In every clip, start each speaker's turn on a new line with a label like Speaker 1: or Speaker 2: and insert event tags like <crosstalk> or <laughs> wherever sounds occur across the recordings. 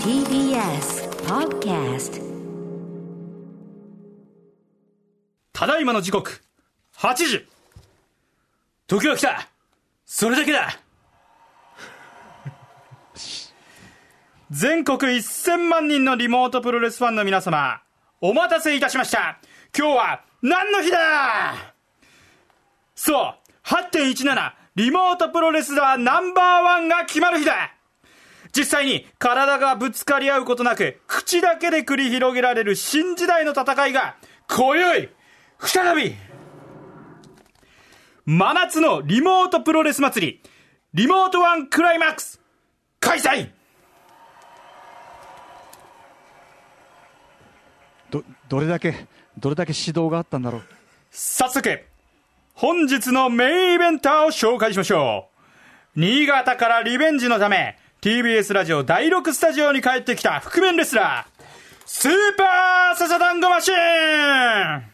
Speaker 1: TBS Podcast
Speaker 2: ただいまの時刻、8時時は来たそれだけだ全国1000万人のリモートプロレスファンの皆様、お待たせいたしました今日は何の日だそう !8.17 リモートプロレスラーナンバーワンが決まる日だ実際に体がぶつかり合うことなく口だけで繰り広げられる新時代の戦いが今宵再び真夏のリモートプロレス祭りリモートワンクライマックス開催
Speaker 3: どどれだけどれだけ指導があったんだろう
Speaker 2: 早速本日のメインイベンターを紹介しましょう新潟からリベンジのため TBS ラジオ第6スタジオに帰ってきた覆面レスラースーパーササダンゴマシーン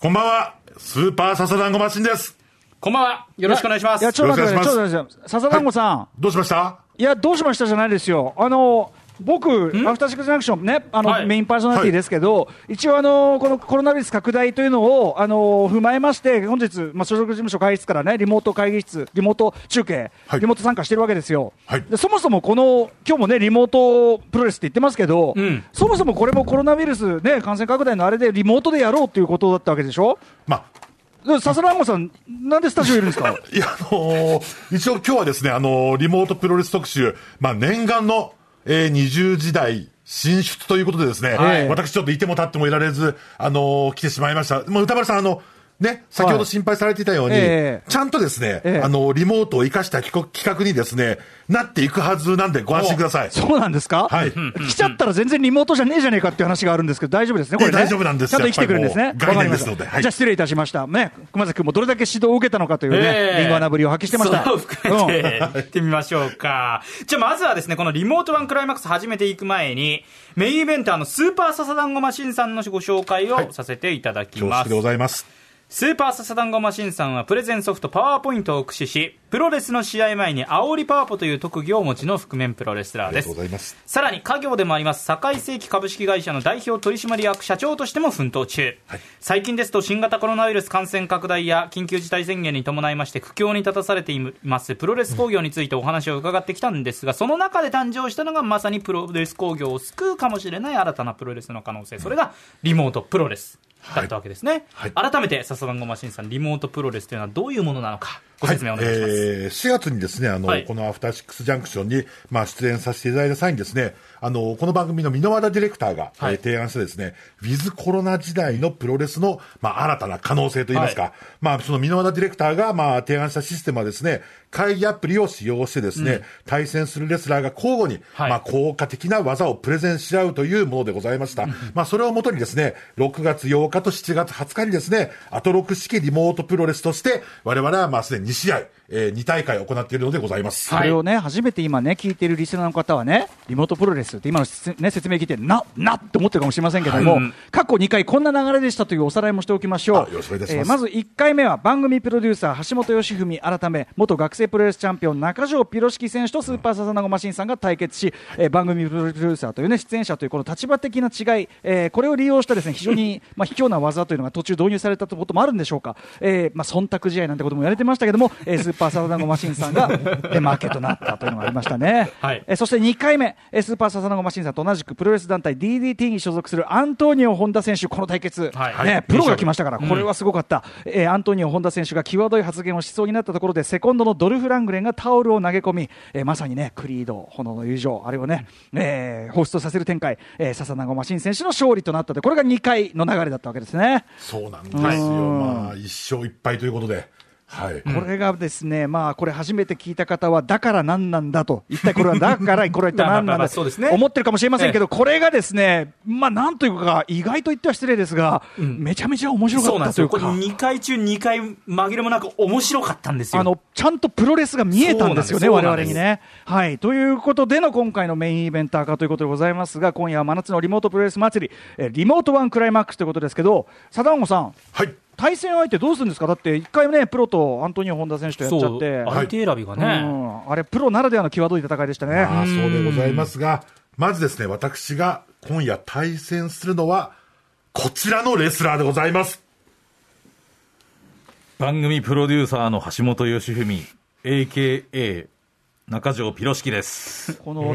Speaker 4: こんばんは、スーパーササダンゴマシンです。
Speaker 2: こんばんはよろしくお願いします
Speaker 3: いやちょっと待ってくださいちょっ
Speaker 4: よ
Speaker 3: と
Speaker 4: ろ
Speaker 3: 待ってください笹団子さん、
Speaker 4: どうしました
Speaker 3: い、やどうしましたじゃないですよあの僕、アフターシックスジャンクションね、あの、
Speaker 2: はい
Speaker 3: メインパーソナリティですけど、一応あの、このコロナウイルス拡大というのを、あの、踏まえまして、本日、まあ、所属事務所会議室からね、リモート会議室、リモート中継、
Speaker 4: はい
Speaker 3: リモート参加してるわけですよ。
Speaker 4: はい
Speaker 3: でそもそもこの、今日もね、リモートプロレスって言ってますけど、
Speaker 2: ん
Speaker 3: そもそもこれもコロナウイルスね、感染拡大のあれでリモートでやろうっていうことだったわけでしょ
Speaker 4: まあ、
Speaker 3: で笹ランゴさん、なんでスタジオいるんですか
Speaker 4: いや、あのー一応今日はですね、あのーリモートプロレス特集、まあ、念願の、えー20時代進出ということでですね、
Speaker 3: はい
Speaker 4: 私ちょっといても立ってもいられず、あのー来てしまいました。もう歌丸さん、あの、ね、先ほど心配されていたように、
Speaker 3: ええ
Speaker 4: ちゃんとですね、
Speaker 3: ええ
Speaker 4: あのーリモートを活かした企画企画にですね、なっていくはずなんでご安心くださ
Speaker 3: <laughs>
Speaker 4: い。
Speaker 3: そうなんですか、
Speaker 4: はい
Speaker 3: 来ちゃったら全然リモートじゃねえじゃねえかっていう話があるんですけど、大丈夫ですね、これね。
Speaker 4: ええ大丈夫なんです
Speaker 3: ちゃんと生きてくるんですね
Speaker 4: や。っぱりもう
Speaker 3: わかりました
Speaker 4: 概念ですのではい
Speaker 3: じゃあ失礼いたしました。ね、熊崎君もどれだけ指導を受けたのかというね、
Speaker 2: ええ
Speaker 3: リンゴ穴ぶりを発揮してました。
Speaker 2: それを含め
Speaker 3: うん
Speaker 2: て、行ってみましょうか。じゃあ、まずはですね、このリモートワンクライマックス始めていく前に、メインイベンターのスーパーササダンゴマシンさんのご紹介をさせていただき
Speaker 4: 恐
Speaker 2: ま
Speaker 4: 縮
Speaker 2: す。
Speaker 4: でございます。
Speaker 2: スーパーササダンゴマシンさんはプレゼンソフトパワーポイントを駆使し、プロレスの試合前に煽りパワポという特技をお持ちの覆面プロレスラー
Speaker 4: あり
Speaker 2: で
Speaker 4: が
Speaker 2: す
Speaker 4: とうご。ざいます。
Speaker 2: さらに家業でもあります堺世紀株式会社の代表取締役社長としても奮闘中、
Speaker 4: はい
Speaker 2: 最近ですと新型コロナウイルス感染拡大や緊急事態宣言に伴いまして苦境に立たされていますプロレス工業についてお話を伺ってきたんですがその中で誕生したのがまさにプロレス工業を救うかもしれない新たなプロレスの可能性それがリモートプロレスだったわけですね、
Speaker 4: はい
Speaker 2: 改めて笹団子マシンさんリモートプロレスというのはどういうものなのかご説明お願いします、
Speaker 4: はいえー4月にですね、あの、
Speaker 2: はい
Speaker 4: このアフターシックスジャンクションに、まあ、出演させていただいた際にですね、あの、この番組の箕輪田ディレクターが、
Speaker 2: はい
Speaker 4: えー提案したですね、ウィズコロナ時代のプロレスの、まあ、新たな可能性といいますか、
Speaker 2: はい
Speaker 4: まあ、その箕輪田ディレクターが、まあ、提案したシステムはですね、会議アプリを使用してですね、対戦するレスラーが交互に、
Speaker 2: はい
Speaker 4: まあ、効果的な技をプレゼンし合うというものでございました。まあ、それをもとにですね、6月8日と7月20日にですね、アトロク式リモートプロレスとして、我々はまあ、すでに2試合、えー、2大会行っているのでございます。
Speaker 3: それをね、初めて今ね、聞いてるリスナーの方はね、リモートプロレスって今の説,、ね、説明聞いて、な、なって思ってるかもしれませんけども、
Speaker 2: はい
Speaker 3: 過去2回こんな流れでしたというおさらいもしておきましょ
Speaker 4: あ
Speaker 3: う。
Speaker 4: よろしくお願いします
Speaker 3: まず1回目は番組プロデューサー、橋本義文改め、元学生プロレスチャンピオン、中条ピロシキ選手とスーパーササナゴマシンさんが対決し、えー番組プロデューサーというね、出演者というこの立場的な違い、えーこれを利用したですね、非常にまあ卑怯な技というのが途中導入されたということもあるんでしょうか。えーまあ忖度試合なんてことも言われてましたけども、えースーパーササナゴマシンさんが、えー負けとなったというのがありましたね。
Speaker 2: はい
Speaker 3: えーそして2回目、えースーパーササナゴマシンさんと同じくプロレス団体 DDT に所属するアントニオ・本田選手、この対決、
Speaker 2: はい
Speaker 3: ね、プロが来ましたから、これはすごかった、えーアントニオ・本田選手が際どい発言をしそうになったところで、セコンドのドルフ・ラングレンがタオルを投げ込み、えーまさにね、クリード、炎の友情、あれをね、えー、放出させる展開、えー、笹長マシン選手の勝利となったと、これが2回の流れだったわけですね。
Speaker 4: そうなんですよ。まあ、一勝一敗ということで、はい。
Speaker 3: これがですね、まあ、これ初めて聞いた方は、だから何なんだと、一体これは、
Speaker 2: <laughs>
Speaker 3: だからこれは一
Speaker 2: ま
Speaker 3: 体何な
Speaker 2: あまあ
Speaker 3: ん
Speaker 2: ま
Speaker 3: だ
Speaker 2: あそうですね
Speaker 3: と思ってるかもしれませんけど、これがですね、まあ、なんというか、意外と言っては失礼ですが、めちゃめちゃ面白か
Speaker 2: そう
Speaker 3: っ
Speaker 2: なん
Speaker 3: た
Speaker 2: です
Speaker 3: とい
Speaker 2: よ。
Speaker 3: う
Speaker 2: こ
Speaker 3: か
Speaker 2: れ。2回中2回紛れもなく面白かったんですよ。
Speaker 3: あのちゃんとプロレスが見えたんですよね、
Speaker 2: そう
Speaker 3: 我
Speaker 2: なん
Speaker 3: 々
Speaker 2: です
Speaker 3: にね。はい、ということでの今回のメインイベンター化ということでございますが、今夜は真夏のリモートプロレス祭り、えーリモートワンクライマックスということですけど、サダンゴさん、
Speaker 4: はい。
Speaker 3: 対戦相手どうするんですか、だって1回ね、プロとアントニオ・本田選手とやっちゃ
Speaker 5: そ
Speaker 3: っ
Speaker 5: う、
Speaker 3: て、
Speaker 5: 相手選びが
Speaker 3: う
Speaker 5: ね、
Speaker 3: んあれ、プロならではの際どい戦いでしたね。
Speaker 4: ああそうでございますが、まずですね、私が今夜対戦するのは、こちらのレスラーでございます。
Speaker 6: 番組プロデューサーの橋本良文 AKA 中条ピロシキです
Speaker 3: この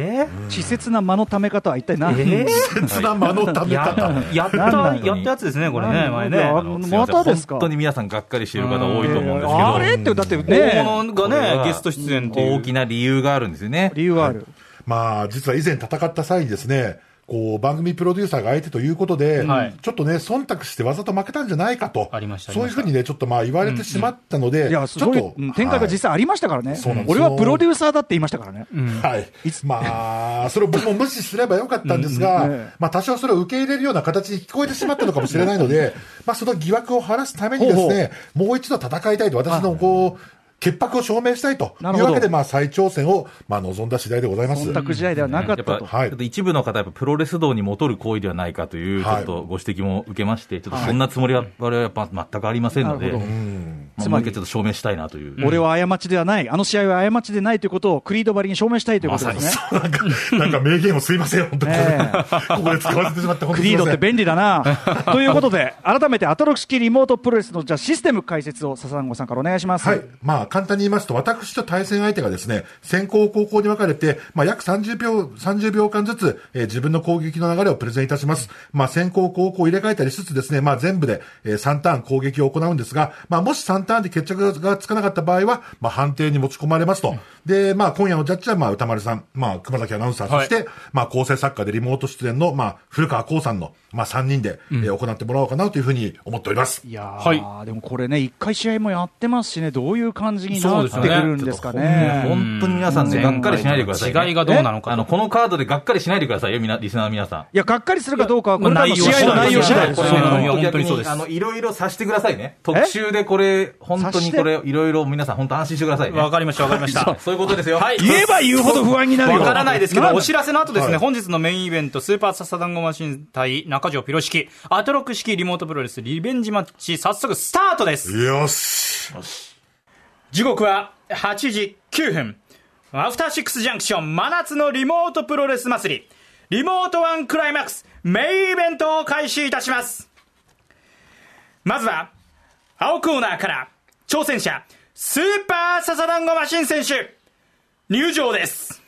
Speaker 3: 稚拙な間のため方は一体何なんで
Speaker 4: 切な間の食べ
Speaker 5: や
Speaker 4: 方。
Speaker 5: やった
Speaker 3: なんなん
Speaker 5: やったやつですね、これね、前
Speaker 3: あ
Speaker 5: ね。
Speaker 6: あのすい
Speaker 3: ま
Speaker 6: せん
Speaker 3: たですか
Speaker 6: 本当に皆さんがっかりしてる方多いと思うんですけど、
Speaker 3: あれって、だって
Speaker 2: 大
Speaker 3: ね、
Speaker 2: 物
Speaker 6: これ
Speaker 2: がね
Speaker 6: は
Speaker 2: ゲスト出演ってい
Speaker 6: 大
Speaker 2: う
Speaker 6: きな理由があるんですよね
Speaker 3: 理由はある。
Speaker 4: まあ、実は以前戦った際にですね、こう、番組プロデューサーが相手ということで、
Speaker 2: はい
Speaker 4: ちょっとね、忖度してわざと負けたんじゃないかと。
Speaker 2: ありました
Speaker 4: そういうふうにね、ちょっとまあ言われてしまったので、
Speaker 3: いや、す
Speaker 4: ちょっ
Speaker 3: ごい
Speaker 4: と
Speaker 3: うん展開が実際ありましたからね
Speaker 4: そうなん。です
Speaker 3: 俺
Speaker 4: よ
Speaker 3: はプロデューサーだって言いましたからね。
Speaker 4: はい、まあ、それを僕も無視すればよかったんですが、
Speaker 3: うんね
Speaker 4: まあ、多少それを受け入れるような形に聞こえてしまったのかもしれないので、まあ、その疑惑を晴らすためにですね、もう一度戦いたいと、私のこう、潔白を証明したいとい
Speaker 3: なるほ
Speaker 4: う
Speaker 3: ど
Speaker 4: わけで、まあ、再挑戦を、まあ、望んだ次第でございます。
Speaker 3: 忖度試合ではなかった
Speaker 6: やっぱ
Speaker 3: と。
Speaker 4: はい
Speaker 6: ちょっと一部の方、やっぱプロレス道に戻る行為ではないかという、ちょ
Speaker 4: はい
Speaker 6: っとご指摘も受けまして、ちょっとそんなつもりは、我々はやっぱ全くありませんので、
Speaker 3: なるほど
Speaker 6: うん
Speaker 3: つ
Speaker 6: つ
Speaker 3: ま
Speaker 6: ま
Speaker 3: り
Speaker 6: りちょっと証明したいなという、
Speaker 3: 俺は過ちではない、あの試合は過ちでないということをクリードバリに証明したいということですね。
Speaker 4: なんか、なんか名言をすいません、本当に。
Speaker 3: ねえ
Speaker 4: ここで使わせてしまって、本当
Speaker 3: ク
Speaker 4: にす
Speaker 3: リ
Speaker 4: い
Speaker 3: ー
Speaker 4: ま
Speaker 3: ドって
Speaker 4: せん。
Speaker 3: 便利だな。ということで、改めてアトロク式リモートプロレスのじゃあシステム解説を笹団子さんからお願いします。
Speaker 4: はい。まあ、簡単に言いますと、私と対戦相手がですね、先攻後攻に分かれて、まあ、約30秒、30秒間ずつ、えー自分の攻撃の流れをプレゼンいたします。まあ、先攻後攻入れ替えたりしつつですね、まあ、全部で、えー3ターン攻撃を行うんですが、まあ、もし3ターンで決着がつかなかった場合は、まあ、判定に持ち込まれますと。で、まあ、今夜のジャッジは、まあ、歌丸さん、まあ、熊崎アナウンサー、そして、まあ、構成作家でリモート出演の、まあ、古川光さんの、まあ、3人で、えー行ってもらおうかなというふうに思っております。
Speaker 3: いやー、
Speaker 2: は
Speaker 3: でもこれね、一回試合もやってますしね、どういう感じに
Speaker 2: そ
Speaker 3: な
Speaker 2: うで
Speaker 3: って
Speaker 2: す
Speaker 3: く
Speaker 2: よね
Speaker 3: るんですかね。
Speaker 6: 本当に皆さんね、がっかりしないでくださいね、
Speaker 2: 違いがどうなのかと
Speaker 6: あのこのカードでがっかりしないでくださいよ、みなリスナーの皆さん。
Speaker 3: いや、がっかりするかどうかは、こ
Speaker 2: まあ
Speaker 3: れからの試合の内容次第です
Speaker 2: 内
Speaker 3: よ
Speaker 2: 容次第ですよ
Speaker 6: 本
Speaker 2: いや本当
Speaker 6: 当逆
Speaker 2: にそう
Speaker 6: に
Speaker 2: です
Speaker 6: あのいろいろさしてくださいね、特集でこれ、本当にこれ、いろいろ皆さん、本当安心してくださいね、
Speaker 2: わかりましたわかりました
Speaker 6: そういうことですよ、はい、
Speaker 3: 言えば言うほど不安になるよ。
Speaker 2: わからないですけど、お知
Speaker 3: ら
Speaker 2: らせの後ですね、本日のメインイベント、スーパーササダンゴマシン対中条ピロシキ、アトロック式リモートプロレスリベンジマッチ、早速スタートです
Speaker 4: よし。
Speaker 2: 時刻は8時9分アフターシックスジャンクション真夏のリモートプロレス祭りリモートワンクライマックスメインイベントを開始いたしますまずは青コーナーから挑戦者スーパーササダンゴマシン選手入場です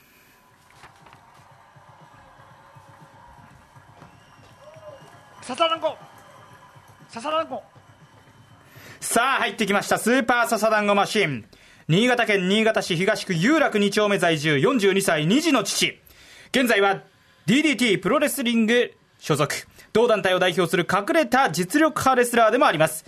Speaker 3: 笹団子笹団子
Speaker 2: さあ入ってきましたスーパーササダンゴマシン新潟県新潟市東区有楽2丁目在住42歳2児の父現在は DDT プロレスリング所属同団体を代表する隠れた実力派レスラーでもあります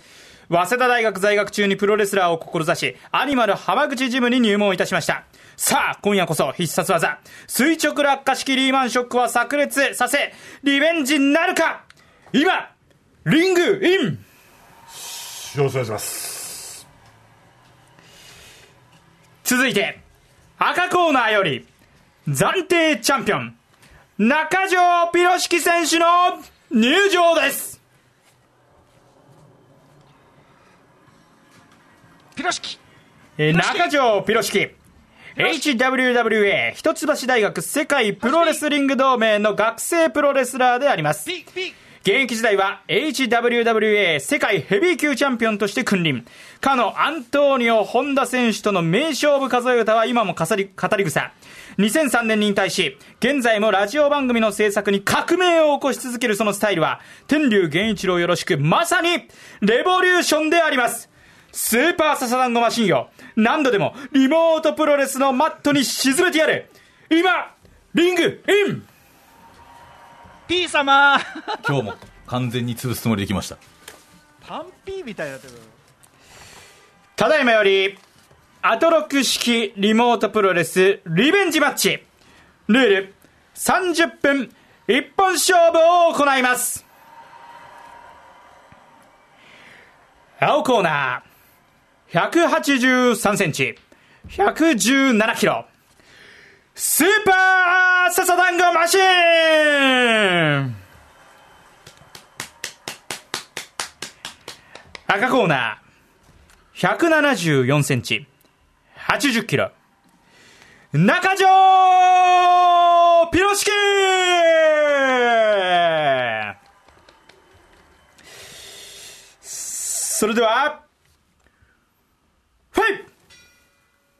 Speaker 2: 早稲田大学在学中にプロレスラーを志しアニマル浜口ジムに入門いたしましたさあ今夜こそ必殺技垂直落下式リーマンショックは炸裂させリベンジなるか今リングイン
Speaker 4: よろしくお願いします。
Speaker 2: 続いて赤コーナーより暫定チャンピオン中条ピロシキ選手の入場です
Speaker 3: ピロシキ
Speaker 2: えー中条ピロシキ HWWA 一橋大学世界プロレスリング同盟の学生プロレスラーであります
Speaker 3: ピッピッ
Speaker 2: 現役時代は HWWA 世界ヘビー級チャンピオンとして君臨かのアントニオ・本田選手との名勝負数え歌は今も語り語り草2003年に引退し現在もラジオ番組の制作に革命を起こし続けるそのスタイルは天竜源一郎よろしくまさにレボリューションでありますスーパーササダンゴマシンよ何度でもリモートプロレスのマットに沈めてやる今リングイン
Speaker 3: ピー様
Speaker 6: 今日も完全に潰すつもりできました。
Speaker 3: パンピーみたいになってる
Speaker 2: ただいまよりアトロック式リモートプロレスリベンジマッチルール30分一本勝負を行います青コーナー183センチ117キロスーパーササダンゴマシーン赤コーナー、174センチ、80キロ、中条ピロシキそれでは、ファイト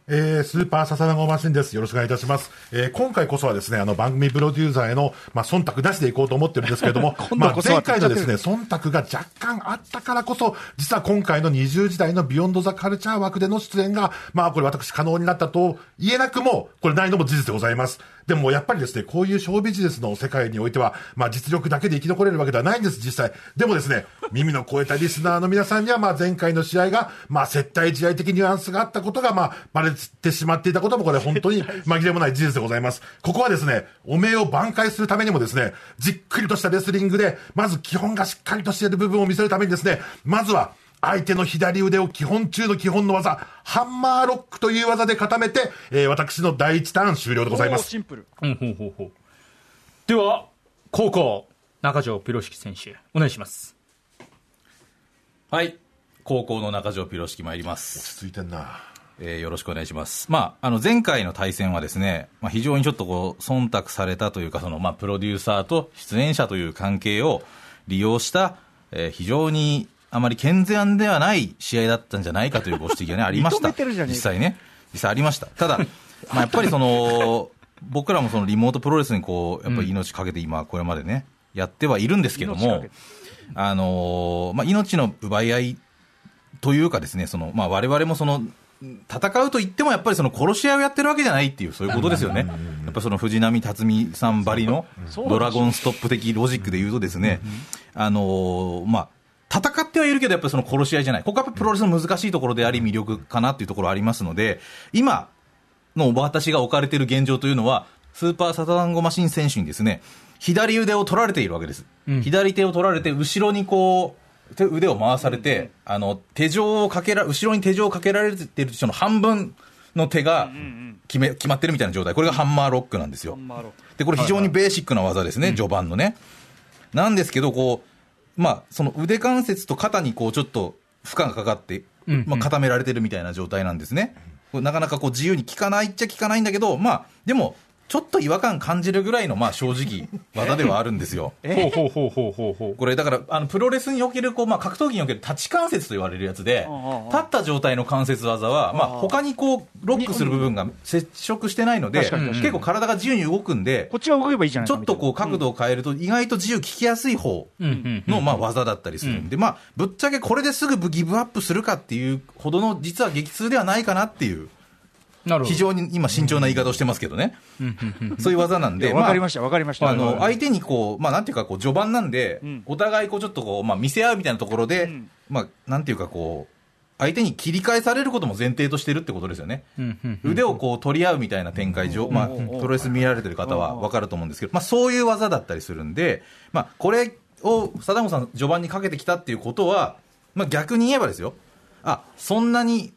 Speaker 4: えースーパーササナゴマシンです。よろしくお願いいたします。えー今回こそはですね、あの番組プロデューサーへの、まあ、忖度なしでいこうと思ってるんですけれ
Speaker 3: <laughs>
Speaker 4: ども、
Speaker 3: 度こそは
Speaker 4: まあ、前回のですね、忖度が若干あったからこそ、実は今回の20時代のビヨンドザカルチャー枠での出演が、まあ、これ私可能になったと言えなくも、これないのも事実でございます。でもやっぱりですね、こういうショービジネスの世界においては、まあ、実力だけで生き残れるわけではないんです、実際。でもですね、耳の超えたリスナーの皆さんには、まあ、前回の試合が、まあ、接待試合的ニュアンスがあったことが、まあ、バレてしまっていたことも、これ本当に紛れもない事実でございます。ここはですね、汚名を挽回するためにもですね、じっくりとしたレスリングで、まず基本がしっかりとしている部分を見せるためにですね、まずは、相手の左腕を基本中の基本の技、ハンマーロックという技で固めて、えー私の第一ターン終了でございます。
Speaker 3: シンプル。
Speaker 2: うんほうほうほうでは高校中条ピロシキ選手お願いします
Speaker 6: はい。高校の中条ピロシキ参ります。
Speaker 4: 落ち着いてんな。
Speaker 6: えーよろしくお願いします。まあ、あの、前回の対戦はですね、まあ、非常にちょっとこう、忖度されたというか、その、まあ、プロデューサーと出演者という関係を利用した、えー非常にあまり健全ではない試合だったんじゃないかというご
Speaker 3: <laughs>
Speaker 6: 指摘がね、ありました。
Speaker 3: 認めてるじゃねえか
Speaker 6: 実際ね。実際ありました。ただ、まあ、やっぱりその、 <laughs> 僕らもそのリモートプロレスにこう、やっぱり命かけて今、これまでね、やってはいるんですけど
Speaker 3: 命かけ
Speaker 6: も
Speaker 3: て、
Speaker 6: あのーまあ、命の奪い合いというかですね、その、まあ、我々もその、戦うと言ってもやっぱりその殺し合いをやってるわけじゃないっていう、そういうことですよね。やっぱその藤波辰巳さんばりのドラゴンストップ的ロジックで言うとですね、あのーまあ、戦ってはいるけど、やっぱりその殺し合いじゃない。ここはやっぱプロレスの難しいところであり、魅力かなっていうところありますので、今、の私が置かれている現状というのは、スーパーサタダンゴマシン選手にですね、左腕を取られているわけです。左手を取られて、後ろにこう、手腕を回されて、あの、手錠をかけら、後ろに手錠をかけられている人の半分の手が決め、決まってるみたいな状態。これがハンマーロックなんですよ。で、これ非常にベーシックな技ですね、序盤のね。なんですけど、こう、まあ、その腕関節と肩にこう、ちょっと負荷がかかって、
Speaker 2: ん
Speaker 6: まあ、固められてるみたいな状態なんですね。これなかなかこう、自由に効かないっちゃ効かないんだけど、まあ、でも、ちょっと違和感感じるぐらいの、まあ、正直、技ではあるんです <laughs> よ。
Speaker 2: ほうほうほうほうほうほ
Speaker 6: これだからあのプロレスにおけるこう、まあ、格闘技における立ち関節と言われるやつで立った状態の関節技は、まあ、他にこうロックする部分が接触してないので結構体が自由に動くんで
Speaker 3: こっちは動けばいいじゃない
Speaker 6: ちょっとこう角度を変えると意外と自由聞きやすい方のまあ技だったりするんで、まあ、ぶっちゃけこれですぐギブアップするかっていうほどの実は激痛ではないかなっていう
Speaker 2: うなるほ
Speaker 6: 非
Speaker 2: ど
Speaker 6: 常に今慎重な言い方をしてますけどねそういう技なん
Speaker 3: う
Speaker 6: で。
Speaker 3: んわかり
Speaker 6: まあ
Speaker 3: ました、わかりました。
Speaker 6: あの相手にこう、まあ、なんていうかこう序盤なんで、
Speaker 3: ん
Speaker 6: お互いこうちょっとこう、まあ、見せ合うみたいなところで、
Speaker 3: ん
Speaker 6: まあ、なんていうかこう相手に切り返されることも前提としてるってことですよね、
Speaker 2: んうん
Speaker 6: 腕をこう取り合うみたいな展開上、まあ、プロレス見られてる方は分かると思うんですけど、まあ、そういう技だったりするんで、まあ、これを貞子さん序盤にかけてきたっていうことは、まあ、逆に言えばですよあそんなに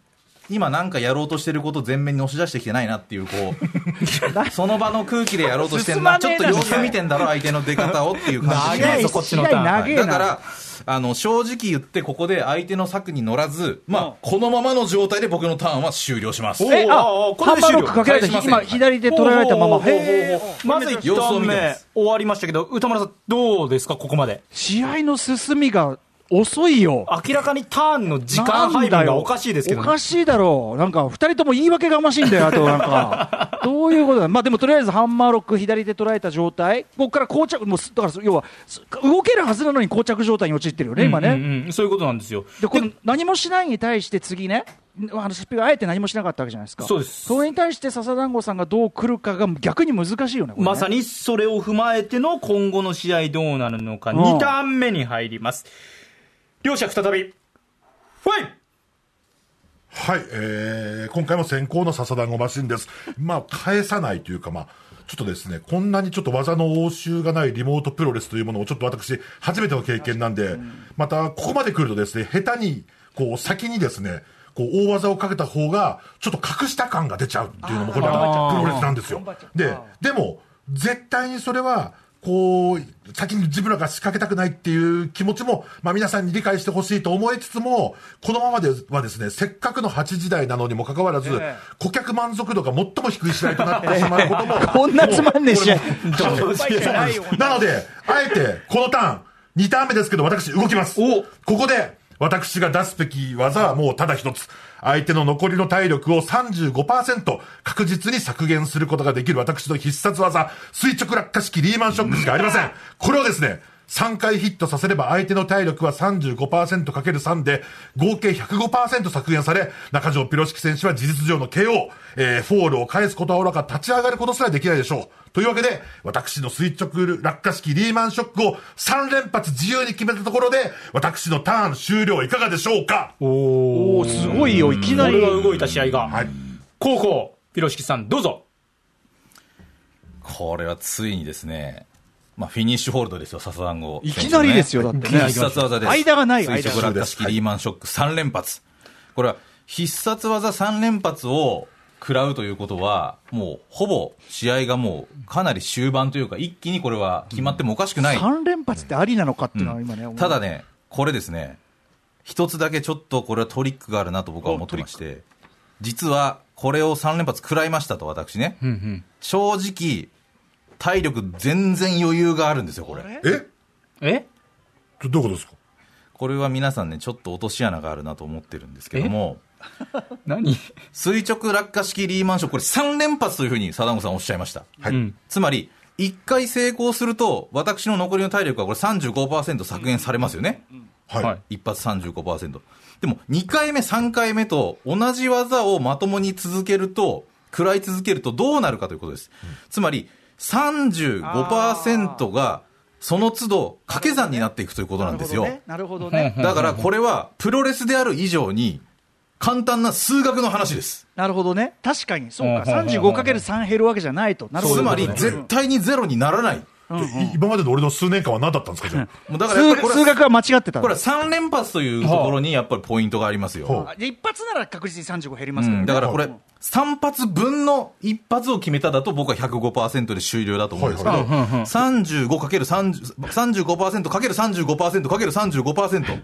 Speaker 6: 今なんかやろうとしてることを前面に押し出してきてないなっていうこ <laughs> うその場場の空気でやろうとしてんなちょっと様子見てんだろ相手の出方をっていう感じします
Speaker 3: 長い
Speaker 2: そこっちのターン
Speaker 3: 試合長えな
Speaker 6: だから、あの、正直言って、ここで相手の策に乗らず、まあ、このままの状態で僕のターンは終了します。
Speaker 2: おー
Speaker 3: え、あ、ハン
Speaker 2: これで
Speaker 3: マー
Speaker 2: 終
Speaker 3: ロ
Speaker 2: 了
Speaker 3: ックかけられた、
Speaker 6: 返しません
Speaker 3: 今、左手取られたまま。
Speaker 2: ほうほうほうほう
Speaker 3: へー
Speaker 2: まず1
Speaker 6: 様子を
Speaker 2: 段
Speaker 6: 見てま
Speaker 2: 目
Speaker 6: す
Speaker 2: 終わりましたけど歌丸さんどうですかここまで
Speaker 3: 試合の進みが遅いよ。
Speaker 2: 明らかにターンの時間配
Speaker 3: なんだ
Speaker 2: 分が
Speaker 3: よ
Speaker 2: おかしいですけど
Speaker 3: お
Speaker 2: ね
Speaker 3: かしいだろう。なんか、二人とも言い訳がましいんだよ、あと、な
Speaker 2: <laughs>
Speaker 3: んか。どういうことだまあでも、とりあえずハンマーロック左手捉えた状態。ここから膠着、もうす、だから、要は、す動けるはずなのに膠着状態に陥ってるよね、今ね。
Speaker 2: うんうんうんそういうことなんですよ
Speaker 3: で、この何もしないに対して次ね、あのスピードあえて何もしなかったわけじゃないですか。
Speaker 2: そうです
Speaker 3: それに対して笹団子さんがどう来るかが逆に難しいよね、これね
Speaker 2: まさにそれを踏まえての今後の試合どうなるのか、
Speaker 3: うん
Speaker 2: 2ターン目に入ります。両者再び、ファイ
Speaker 4: はい、えー、今回も先行の笹団子マシンです。まあ、返さないというか、まあ、ちょっとですね、こんなにちょっと技の応酬がないリモートプロレスというものをちょっと私、初めての経験なんで、また、ここまで来るとですね、下手に、こう、先にですね、こう、大技をかけた方が、ちょっと隠した感が出ちゃうっていうのも、これまた、プロレスなんですよ。で、でも、絶対にそれは、こう、先に自分らが仕掛けたくないっていう気持ちも、まあ皆さんに理解してほしいと思いつつも、このままではですね、せっかくの8時台なのにもかかわらず、
Speaker 3: ええ
Speaker 4: 顧客満足度が最も低い試合となってしまうことも、
Speaker 3: <laughs> こんなつまんねえ試合
Speaker 4: もうこれも
Speaker 3: どうしようもないよ
Speaker 4: なので、あえて、このターン、2ターン目ですけど、私動きます。
Speaker 2: お
Speaker 4: ここで、私が出すべき技はもうただ一つ。相手の残りの体力を35%確実に削減することができる私の必殺技、垂直落下式リーマンショックしかありません。これをですね、3回ヒットさせれば相手の体力は 35%×3 で合計105%削減され、中条ピロシキ選手は事実上の KO、えーフォールを返すことはおろか立ち上がることすらできないでしょう。というわけで、私の垂直落下式リーマンショックを3連発自由に決めたところで、私のターン終了いかがでしょうか
Speaker 2: おおすごいよいきなり動いた試合が、
Speaker 4: はい。
Speaker 2: 高校ピロシキさんどうぞ
Speaker 6: これはついにですね、まあ、フィニッシュホールドですよ、笹団子、
Speaker 3: いきなりですよだってね
Speaker 6: 必殺技です。
Speaker 3: 間がないよ
Speaker 6: 垂直落下式リーマンショック3連発。これは必殺技3連発を食らうということは、もうほぼ試合がもうかなり終盤というか、一気にこれは決まってもおかしくない。
Speaker 3: 3連発ってありなのかっていうのは今ね、
Speaker 6: ただね、これですね、一つだけちょっとこれはトリックがあるなと僕は思ってまして、実はこれを3連発食らいましたと、私ね。正直、体力全然余裕があるんですよ、これ。
Speaker 4: え
Speaker 2: え
Speaker 4: どどういうことですか
Speaker 6: これは皆さんね、ちょっと落とし穴があるなと思ってるんですけども、
Speaker 2: 何
Speaker 6: 垂直落下式リーマンション、これ3連発というふうに貞子さんおっしゃいました。
Speaker 4: はい。
Speaker 6: つまり、1回成功すると、私の残りの体力はこれ35%削減されますよね。
Speaker 4: はい。
Speaker 2: はい
Speaker 6: 一発35%。でも、2回目、3回目と同じ技をまともに続けると、食らい続けるとどうなるかということです。つまり、35%が、その都度、掛け算になっていくということなんですよ。
Speaker 3: なるほどね
Speaker 6: だからこれはプロレスである以上に簡単な数学の話です。
Speaker 3: なるほどね確かにそうか
Speaker 2: うんうんうんうん
Speaker 3: 35×3 減るわけじゃないとなるほ
Speaker 6: つ
Speaker 3: ど
Speaker 6: まり絶対にゼロにならない。
Speaker 4: い今までの俺の数年間は何だったんですかじゃあ
Speaker 6: もうだからやっ
Speaker 3: 数
Speaker 6: ぱりこれ
Speaker 3: 数
Speaker 6: は
Speaker 3: 学は間違ってた
Speaker 6: これは3連発というところにやっぱりポイントがあります
Speaker 4: は
Speaker 6: よ。
Speaker 4: あ
Speaker 3: あで一発なら確実に35減りま
Speaker 6: う
Speaker 3: すからね
Speaker 6: んだからこれ3発分の1発を決めただと僕は105%で終了だと思うんですけど、
Speaker 4: はい
Speaker 6: 35×35%×35%×35%×35%。35%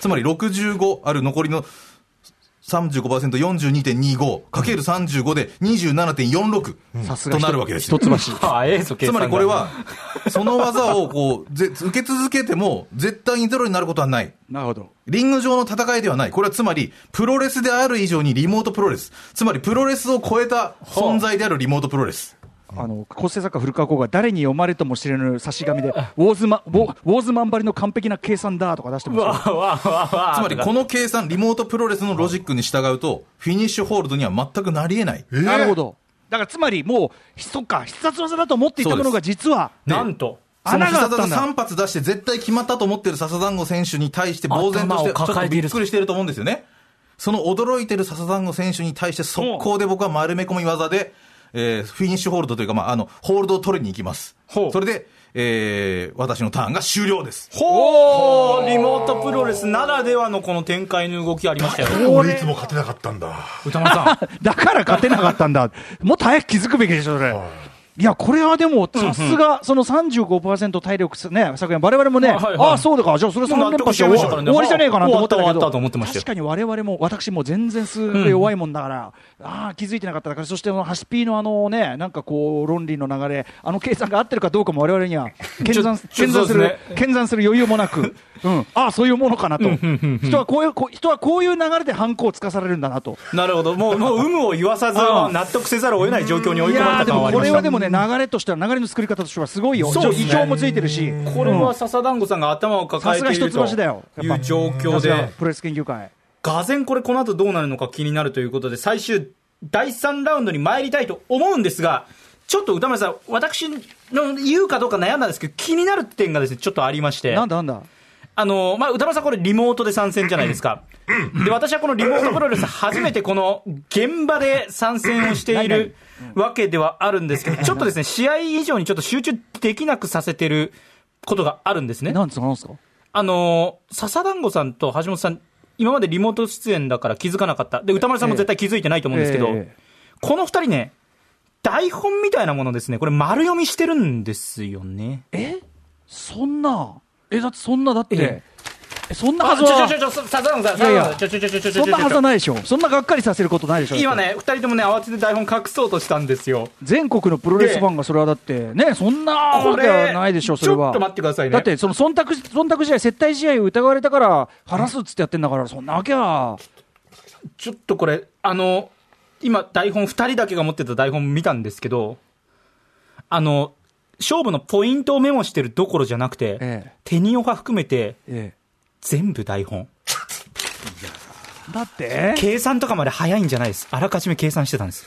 Speaker 6: つまり65ある残りの 35%42.25×35 で27.46、
Speaker 3: さすが
Speaker 6: となるわけですよ
Speaker 3: 一橋
Speaker 2: あええぞ
Speaker 6: つまりこれは
Speaker 2: 計算が、
Speaker 6: その技をこうぜ受け続けても、絶対にゼロになることはない。
Speaker 3: なるほど
Speaker 6: リング上の戦いではない。これはつまり、プロレスである以上にリモートプロレス。つまり、プロレスを超えた存在であるリモートプロレス。
Speaker 3: あの構成作家古川光が誰に読まれとも知れぬ差し紙でウォーズマンウォウォーズマンばりの完璧な計算だとか出してます
Speaker 2: <laughs>
Speaker 3: よ
Speaker 2: わわわわ
Speaker 6: つまり、この計算、リモートプロレスのロジックに従うと、フィニッシュホールドには全くなり得ない。
Speaker 4: えー
Speaker 3: なるほどだからつまりもうそっか必殺技だと思っていたものが実は
Speaker 2: なんと
Speaker 6: その
Speaker 3: 穴があ
Speaker 6: 必
Speaker 3: っ
Speaker 6: 殺
Speaker 3: たん
Speaker 6: 技
Speaker 3: だ
Speaker 6: 3発出して絶対決まったと思ってる笹団子選手に対して呆然として、ち
Speaker 2: 頭
Speaker 6: ょ
Speaker 2: を
Speaker 6: っ
Speaker 2: 抱
Speaker 6: と
Speaker 2: えてい
Speaker 6: び
Speaker 2: る
Speaker 6: っくりしてると思うんですよね。その驚いてる笹団子選手に対して速攻で僕は丸め込み技で、えーフィニッシュホールドというか、まあ、あの、ホールドを取りに行きます。
Speaker 2: ほ
Speaker 6: そうれで、えー私のターンが終了です。
Speaker 2: ほうリモートプロレスならではのこの展開の動きありま <laughs> したよ
Speaker 4: 俺いつも勝てなかったんだ。
Speaker 2: 歌丸さん
Speaker 3: だから勝てなかったんだ。もっと早く気づくべきでしょ、それ。いや、これはでも、さすが、その35%体力す、ね、削減、我々もね、
Speaker 2: はいはい
Speaker 3: ああ、そうだか、じゃあそれ3連
Speaker 2: もう納得
Speaker 3: 発
Speaker 2: し
Speaker 3: で
Speaker 2: ちゃいま
Speaker 3: 終
Speaker 2: したから
Speaker 3: わ
Speaker 2: ね
Speaker 3: 終わりじゃねえかなと思ったけ
Speaker 2: 終
Speaker 3: ど
Speaker 2: わった終わったと思ってましたよ
Speaker 3: 確かに我々も、私も全然数学弱いもんだから、ああ、気づいてなかっただから、そして、あのハシピーのあのね、なんかこう、論理の流れ、あの計算が合ってるかどうかも我々に
Speaker 2: <laughs>
Speaker 3: は、検算、
Speaker 2: ちょ
Speaker 3: 検算す
Speaker 2: そう
Speaker 3: る
Speaker 2: で、すね
Speaker 3: 検算する余裕もなく、うん、ああ、そういうものかなと。人はこういう、こう人はこういう流れで反抗をつかされるんだなと。
Speaker 2: なるほどもう
Speaker 3: <laughs>
Speaker 2: もう有無を言わさず
Speaker 3: うん
Speaker 2: 納得せざるを得ない状況に追い
Speaker 3: い
Speaker 2: 込ま
Speaker 3: や
Speaker 2: れ
Speaker 3: ー
Speaker 2: た
Speaker 3: で
Speaker 2: 感は
Speaker 3: も
Speaker 2: あり
Speaker 3: こ
Speaker 2: ま
Speaker 3: れ
Speaker 2: し
Speaker 3: は
Speaker 2: た
Speaker 3: でもね流れとしては流れの作り方としてはすごいよ、
Speaker 2: そうです
Speaker 3: 意
Speaker 2: ね
Speaker 3: 表もついてるし、
Speaker 2: これは笹団子さんが頭を抱えていると
Speaker 3: さすが一橋だよやっ
Speaker 2: い
Speaker 3: ぱ
Speaker 2: う状況
Speaker 3: さすが
Speaker 2: で
Speaker 3: プロレス研究会、
Speaker 2: がぜんこれこの後どうなるのか気になるということで最終第3ラウンドに参りたいと思うんですがちょっと歌丸さん私の言うかどうか悩んだんですけど気になる点がですねちょっとありまして
Speaker 3: なんだなんだ、
Speaker 2: あのまあ、歌丸さん、これ、リモートで参戦じゃないですか。で、私はこのリモートプロレス、初めてこの現場で参戦をしているわけではあるんですけど、ちょっとですね、試合以上にちょっと集中できなくさせてることがあるんですね。
Speaker 3: なんつうのなんすか、
Speaker 2: あのー笹団子さんと橋本さん、今までリモート出演だから気づかなかった。で、歌丸さんも絶対気づいてないと思うんですけど、
Speaker 3: ええ
Speaker 2: この二人ね、台本みたいなものですね、これ、丸読みしてるんですよね。
Speaker 3: えそんなえだってそんなだって、
Speaker 2: え
Speaker 3: えそんな
Speaker 2: あ
Speaker 3: は
Speaker 2: ち
Speaker 3: ず
Speaker 2: ょち
Speaker 3: は
Speaker 2: ょちょちょ、ささんさん
Speaker 3: いやいや
Speaker 2: さんちょちょちょちょちょちょ
Speaker 3: そんなはずはないでしょそんながっかりさせることないで <laughs> しょ
Speaker 2: 今ね、二人ともね、慌てて台本隠そうとしたんですよ。
Speaker 3: 全国のプロレスファンがそれはだってねそんなわけはないでしょそれ
Speaker 2: ちょ
Speaker 3: は
Speaker 2: っと待ってくださいね。
Speaker 3: だってその忖度忖度試合接待試合を疑われたから話すっつってやってんだからそんなわけは
Speaker 2: ちょっとこれ、あの、今、台本、2人だけが持ってた台本見たんですけど、あの、勝負のポイントをメモしてるどころじゃなくて、
Speaker 3: ええ
Speaker 2: テニオが含めて、
Speaker 3: え
Speaker 2: 全部台本。
Speaker 3: えだって
Speaker 2: 計算とかまで早いんじゃないです。あらかじめ計算してたんです。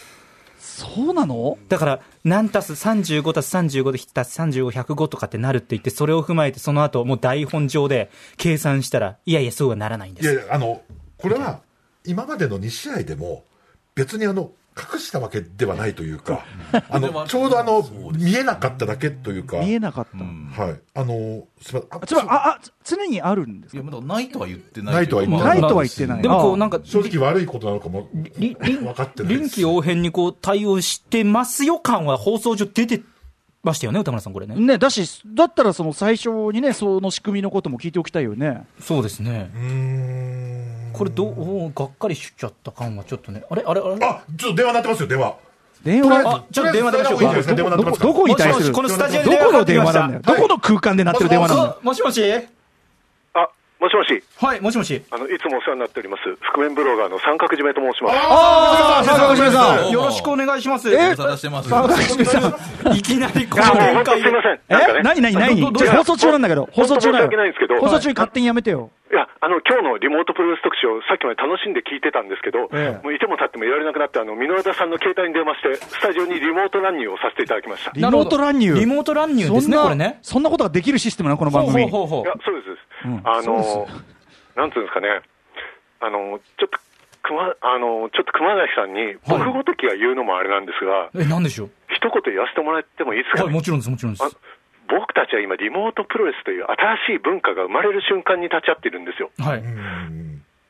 Speaker 3: そうなの
Speaker 2: だから、何足す35足す35で足す35、105とかってなるって言って、それを踏まえて、その後、もう台本上で計算したら、いやいや、そうはならないんで
Speaker 4: いやい
Speaker 2: す。
Speaker 4: や、あの、これは、今までの2試合でも、別にあの、隠したわけではないというか、あの、ちょうどあの、見えなかっただけというか、
Speaker 3: 見えなかった、
Speaker 4: はい。あの、すみま
Speaker 3: あつ
Speaker 4: せん
Speaker 3: まり
Speaker 4: あ
Speaker 3: ああつ常にあるんです
Speaker 6: い
Speaker 3: か
Speaker 6: や、まだないとは言ってない。
Speaker 4: ないとは言って
Speaker 3: ないとは言ってない
Speaker 2: でもこう、なんか、
Speaker 4: 正直悪いことなのかも、
Speaker 2: り
Speaker 4: 分かってないで
Speaker 2: 臨
Speaker 4: す
Speaker 2: 機。応変にこう対応してますよ感は放送上出てましたよね、歌村さん、これね。
Speaker 3: ねだしだったらその最初にねその仕組みのことも聞いておきたいよね
Speaker 2: そうですね。
Speaker 4: うーん。
Speaker 2: これどう、おーがっかりしちゃった感はちょっとね。あれあれあれ
Speaker 4: あ、ちょっと電話鳴ってますよ、電話。
Speaker 3: 電
Speaker 4: とりあえ
Speaker 3: 話
Speaker 4: ず
Speaker 2: あちょっと電話出ましょう
Speaker 4: いいですか電話鳴
Speaker 3: ど
Speaker 4: ってま
Speaker 3: こ
Speaker 4: すか
Speaker 3: どこに対
Speaker 2: もし
Speaker 3: す
Speaker 2: も
Speaker 3: る
Speaker 2: しこのスタジオで
Speaker 3: ど
Speaker 2: 電話
Speaker 3: こ
Speaker 2: かか
Speaker 3: の
Speaker 2: って
Speaker 3: 電
Speaker 2: きま
Speaker 3: 話
Speaker 2: し
Speaker 3: な
Speaker 2: た
Speaker 3: んだよ、どこの空間で鳴ってる電話なんだよ
Speaker 2: あもしもし
Speaker 5: あ、もしもし。
Speaker 2: はい、もしもし。
Speaker 5: あの、いつもお世話になっております、覆面ブロガーの三角締めと申します。
Speaker 3: ああ坂口さ
Speaker 6: どうんも
Speaker 2: よろしくお願いします。
Speaker 6: ご無沙汰してます。い
Speaker 3: 坂口さん
Speaker 2: いきなりこ
Speaker 5: あ、
Speaker 2: の
Speaker 5: も
Speaker 2: 展
Speaker 5: う本当
Speaker 2: 開
Speaker 5: すいません。なんか
Speaker 3: え
Speaker 5: ね。
Speaker 3: 何何何
Speaker 2: どど
Speaker 3: じゃあ
Speaker 5: ど
Speaker 3: 放送中なんだけど放送中な
Speaker 5: 本
Speaker 3: の
Speaker 5: 当申し訳ないんですけど
Speaker 3: 放送中に勝手にやめてよ
Speaker 5: いや、あの、今日のリモートプロレス特集をさっきまで楽しんで聞いてたんですけど、
Speaker 3: ええ
Speaker 5: もういても立ってもいられなくなって、あの、箕輪田さんの携帯に電話して、スタジオにリモート乱入をさせていただきました。い
Speaker 3: リモート乱入
Speaker 2: リモート乱入ですね、
Speaker 3: そんな
Speaker 2: これね。
Speaker 3: そんなことができるシステムなのこの番組
Speaker 2: ほうほうほ
Speaker 5: や
Speaker 2: う、
Speaker 5: そうです。
Speaker 3: うん
Speaker 5: あ
Speaker 3: そう
Speaker 5: の、なんていうんですかね、あの、ちょっと、熊、あの、ちょっと熊崎さんに、僕ごときが言うのもあれなんですが、
Speaker 2: ほう。え、なんでしょう
Speaker 5: 一言言わせてもらってもいいですか、
Speaker 2: はい、もちろんです、もちろんで
Speaker 5: あ
Speaker 2: す。
Speaker 5: 僕たちは今、リモートプロレスという新しい文化が生まれる瞬間に立ち会ってるんですよ。
Speaker 2: はい。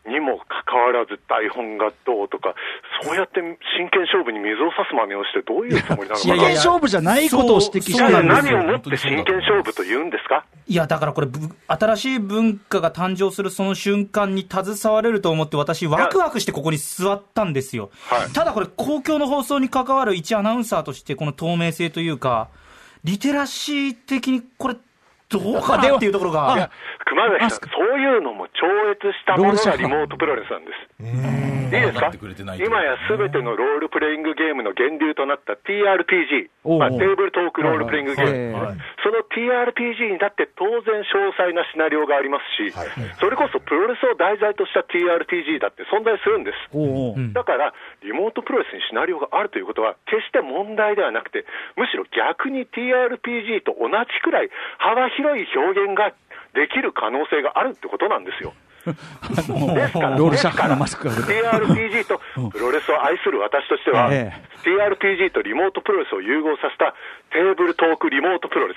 Speaker 5: にもかかわらず、台本がどうとか、そうやって真剣勝負に水を差す真似をして、どういうつもりなのか
Speaker 3: いや
Speaker 5: な。
Speaker 3: い
Speaker 2: いや
Speaker 3: や
Speaker 2: いや
Speaker 3: 勝負じゃないことを指摘して
Speaker 2: そう
Speaker 5: じゃあ
Speaker 3: るんです
Speaker 5: 何を
Speaker 3: よ
Speaker 5: もって真剣勝負と言うんですか
Speaker 2: いや、だからこれ、ぶ新しい文化が誕生するその瞬間に携われると思って、私、ワクワクしてここに座ったんですよ。
Speaker 5: はい
Speaker 2: ただこれ、公共の放送に関わる一アナウンサーとして、この透明性というか、リテラシー的に、これ、どうかなっていうところが、
Speaker 5: 熊崎さん、そういうのも超越したものがリモートプロレスなんです。いいです
Speaker 6: な
Speaker 5: か
Speaker 6: ってくれてないと
Speaker 5: 今やすべてのロールプレイングゲームの源流となった TRPG、
Speaker 3: おうおう
Speaker 5: まあ、テーブルトークロールプレイングゲーム、
Speaker 3: はいはい
Speaker 5: その TRPG にだって当然詳細なシナリオがありますし、
Speaker 4: はい
Speaker 5: それこそプロレスを題材とした TRPG だって存在するんです。
Speaker 3: おうおう <laughs>
Speaker 5: だから、リモートプロレスにシナリオがあるということは、決して問題ではなくて、むしろ逆に TRPG と同じくらい幅広い表現ができる可能性があるってことなんですよ。ですから
Speaker 3: ロールシャッハのマスクが出て
Speaker 5: TRPG とプロレスを愛する私としては、
Speaker 3: え
Speaker 5: TRPG とリモートプロレスを融合させたテーブルトークリモートプロレ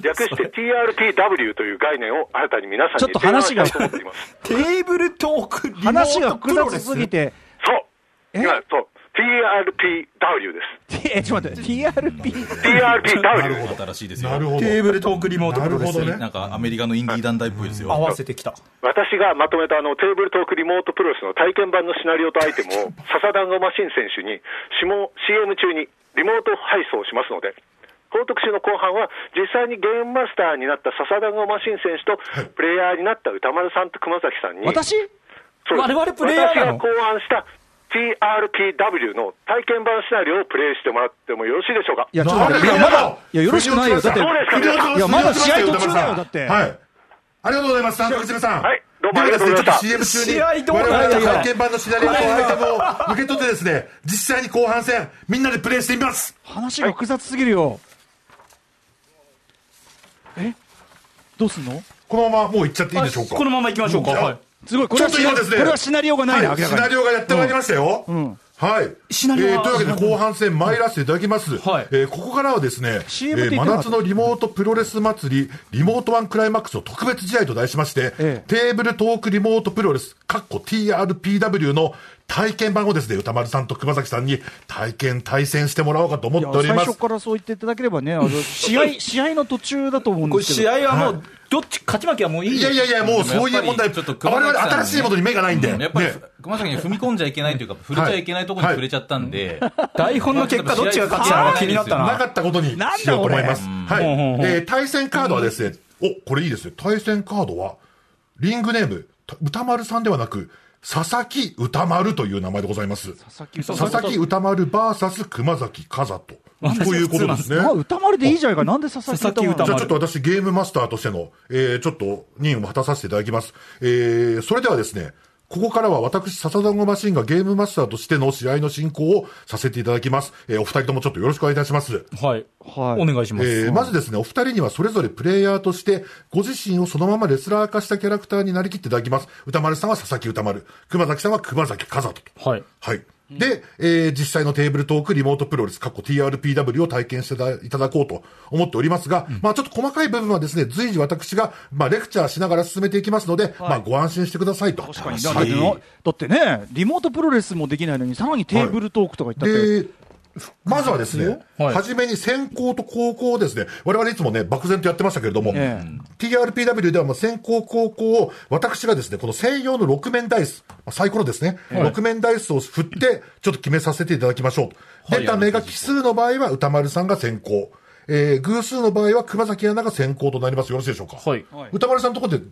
Speaker 5: ス、略して TRPW という概念を新たに皆さんに提案したいと思っています。
Speaker 2: テーブルトークリモートプロレス、
Speaker 3: 話が複雑すぎて
Speaker 5: そう、
Speaker 3: え
Speaker 5: 今そう TRPW
Speaker 3: <laughs>
Speaker 5: です。
Speaker 3: えちょっと待って TRP
Speaker 5: TRPW です。
Speaker 6: 新しいですよ。
Speaker 4: なるほど。
Speaker 2: テーブルトークリモートプロレス、
Speaker 4: なるほどね
Speaker 6: なんかアメリカのインディー団体っぽいですよ。
Speaker 2: 合わせてきた。
Speaker 5: 私がまとめたあのテーブルトークリモートプロレスの体験版のシナリオとアイテムを笹団子マシン選手に下 CM 中にリモート配送しますので、この特集の後半は実際にゲームマスターになった笹団子マシン選手とプレイヤーになった歌丸さんと熊崎さんに、
Speaker 3: 私
Speaker 5: そうです
Speaker 2: 我々プレイヤーなの
Speaker 5: 私が考案した TRPW の体験版シナリオをプレイしてもらってもよろしいでしょうか
Speaker 3: いやちょっと
Speaker 4: な
Speaker 3: 待って
Speaker 4: る
Speaker 3: いや
Speaker 4: ほど
Speaker 3: まだいやよろしくないよだって
Speaker 5: そうですか
Speaker 3: いやまだ試合途中だよだって
Speaker 4: はい。ありがとうございます、三角締めさん。
Speaker 5: はいどうもありがとうございました
Speaker 4: ではですねち
Speaker 2: 試
Speaker 4: ょ
Speaker 2: 合
Speaker 4: っと CM
Speaker 2: どう
Speaker 4: 中
Speaker 2: なっ
Speaker 4: に、
Speaker 2: たか
Speaker 4: 我々の体験版のシナリオのアイテムを受け取ってですね、実際に後半戦、みんなでプレイしてみます。
Speaker 3: 話が複雑すぎるよえどうすんの
Speaker 4: このままもう行っちゃっていいでしょうか。
Speaker 2: このまま行きましょうか。はい
Speaker 3: すごいこれは
Speaker 4: ちょっと今ですね
Speaker 3: これはシナリオがないな
Speaker 4: は
Speaker 3: 明
Speaker 4: い
Speaker 3: ら
Speaker 4: シ
Speaker 3: かに
Speaker 4: ナリオがやってまいりましたよ。
Speaker 3: ん
Speaker 4: はい。
Speaker 2: シナリオは
Speaker 4: えーというわけで後半戦参らせていただきます。
Speaker 2: はい
Speaker 4: えーここからはですね、
Speaker 3: CM って言ってな
Speaker 4: 真
Speaker 3: かった
Speaker 4: 夏のリモートプロレス祭り、リモートワンクライマックスの特別試合と題しまして、
Speaker 3: ええ
Speaker 4: テーブルトークリモートプロレス、かっこ TRPW の体験版をですね、歌丸さんと熊崎さんに体験、対戦してもらおうかと思
Speaker 3: い
Speaker 4: って
Speaker 3: や
Speaker 4: おり
Speaker 3: 最
Speaker 4: ます
Speaker 3: 初。からそう言っていただければね、あの試 <laughs> 合試合の途中だと思うん
Speaker 2: こ
Speaker 3: で
Speaker 2: れ
Speaker 3: すけ
Speaker 2: 試
Speaker 3: ど、
Speaker 2: 合はもう、どっち勝ち負けはもういい
Speaker 4: いやいやいや、もうそういう問題、
Speaker 6: ちょっと
Speaker 4: 我々新しいものに目がないんで、
Speaker 6: やっぱり
Speaker 4: ね
Speaker 6: 熊崎に踏み込んじゃいけないというか、触れちゃいけないところに触れちゃったんで、
Speaker 2: 台本の結果、どっちが勝つのか気になった
Speaker 4: な
Speaker 2: な。
Speaker 4: かったことにしようと思います。はい。えー対戦カードはですね、お、これいいですね。対戦カードは、リングネーム、た歌丸さんではなく、佐々木歌丸という名前でございます。
Speaker 3: さっき歌
Speaker 4: 佐々木歌丸 VS 熊崎風と。ということですね。
Speaker 3: まあ歌丸でいいじゃないか、なんで佐々木
Speaker 2: 佐々木
Speaker 3: 歌
Speaker 2: 歌
Speaker 4: じ
Speaker 3: 丸
Speaker 4: ゃ
Speaker 2: 丸
Speaker 4: あちょっと私ゲームマスターとしての、えーちょっと任務を果たさせていただきます。えーそれではですね、ここからは私、笹団子マシンがゲームマスターとしての試合の進行をさせていただきます。えーお二人ともちょっとよろしくお願いいたします。
Speaker 2: はい。
Speaker 3: はい
Speaker 2: お願いしま
Speaker 4: え
Speaker 2: す
Speaker 4: ー。まずですね、お二人にはそれぞれプレイヤーとして、ご自身をそのままレスラー化したキャラクターになりきっていただきます。歌丸さんは佐々木歌丸、熊崎さんは熊崎風人と。
Speaker 2: はい。
Speaker 4: はい。で、えー実際のテーブルトークリモートプロレス、過去 TRPW を体験していただいただこうと思っておりますが、まあちょっと細かい部分はですね、随時私が、まあレクチャーしながら進めていきますので、まあご安心してくださいと。
Speaker 3: 確かにだ
Speaker 4: はい
Speaker 3: ってね、リモートプロレスもできないのに、さらにテーブルトークとか言ったって、
Speaker 4: で、まずはですね、
Speaker 2: はい
Speaker 4: 初めに先行と後攻をですね、我々いつもね、漠然とやってましたけれども、
Speaker 3: え
Speaker 4: TRPW ではもう先行後攻を、私がですね、この専用の6面ダイス、サイコロですね、6面ダイスを振って、ちょっと決めさせていただきましょうと。
Speaker 6: はい
Speaker 4: 出た目が奇数の場合は歌丸さんが先行。えー偶数の場合は熊崎アナが先行となります。よろしいでしょうか。
Speaker 2: はい
Speaker 4: 歌丸さんのところで、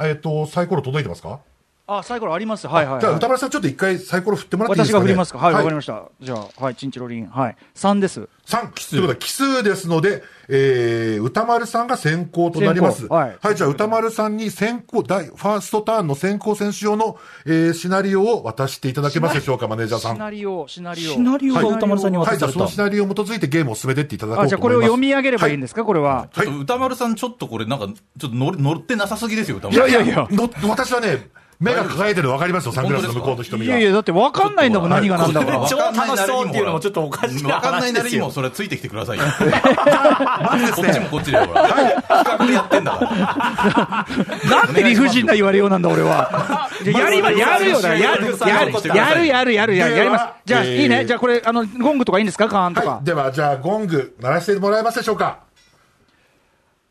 Speaker 4: えっ、と、サイコロ届いてますか
Speaker 3: あサイコロあります、はいはい、
Speaker 4: じゃあ
Speaker 3: はい
Speaker 4: 歌丸さんちょっと一回サイコロ振ってもらっていい
Speaker 3: 私
Speaker 4: ですか、
Speaker 3: が
Speaker 4: ね、
Speaker 3: 振りますか、はい、わ、
Speaker 4: はい
Speaker 3: かりました、じゃあ、はい、チンチロリン、はい、3です、
Speaker 4: 三奇数。ということは奇数ですので、えー、歌丸さんが先行となります。
Speaker 3: 先行はい
Speaker 4: じゃあ歌丸さんに先行、第、ファーストターンの先行選手用の、えー、シナリオを渡していただけますでしょうか、マネージャーさ
Speaker 3: シ
Speaker 4: ん。
Speaker 3: ナリオ、シナリオ、
Speaker 2: シナリオが歌丸さんに
Speaker 4: は
Speaker 2: 渡
Speaker 4: い、じ
Speaker 2: さ
Speaker 4: ゃあ
Speaker 2: れ
Speaker 4: そ
Speaker 2: た
Speaker 4: の。シナリオを基づいてゲームを進めていっていただこうと思
Speaker 3: あ
Speaker 4: います。
Speaker 3: じゃあ、これを読み上げればいいん
Speaker 4: で
Speaker 3: ですか、これは。
Speaker 6: ちょっと歌丸さん、ちょっとこれ、なんか、ちょっと乗り乗ってなさすぎですよ、歌
Speaker 3: いや
Speaker 6: 丸
Speaker 3: いやいや、
Speaker 4: す。の私はね、目が輝いてるの分かりますよ、サングラスの向こうの瞳
Speaker 3: い
Speaker 4: が。
Speaker 3: やいや、だって分かんないんだもん、何が何だか
Speaker 2: 超楽しそうっていうのもちょっとおかしいな
Speaker 6: わかんないなりにも、それはついてきてくださいよ。こっちもこっちでよ、ほら。企画でやってんだから。
Speaker 3: ら。なんで理不尽な言われようなんだ、俺は。いややりま、やるよな、やる、やる、やる、やる、やる、やる、やります。じゃあ、
Speaker 4: えー
Speaker 3: いいね、じゃあ、これ、あの、ゴングとかいいんですか、カーンと
Speaker 4: は
Speaker 3: か
Speaker 4: い、。では、じゃあゴング鳴らしてもらえますでしょうか。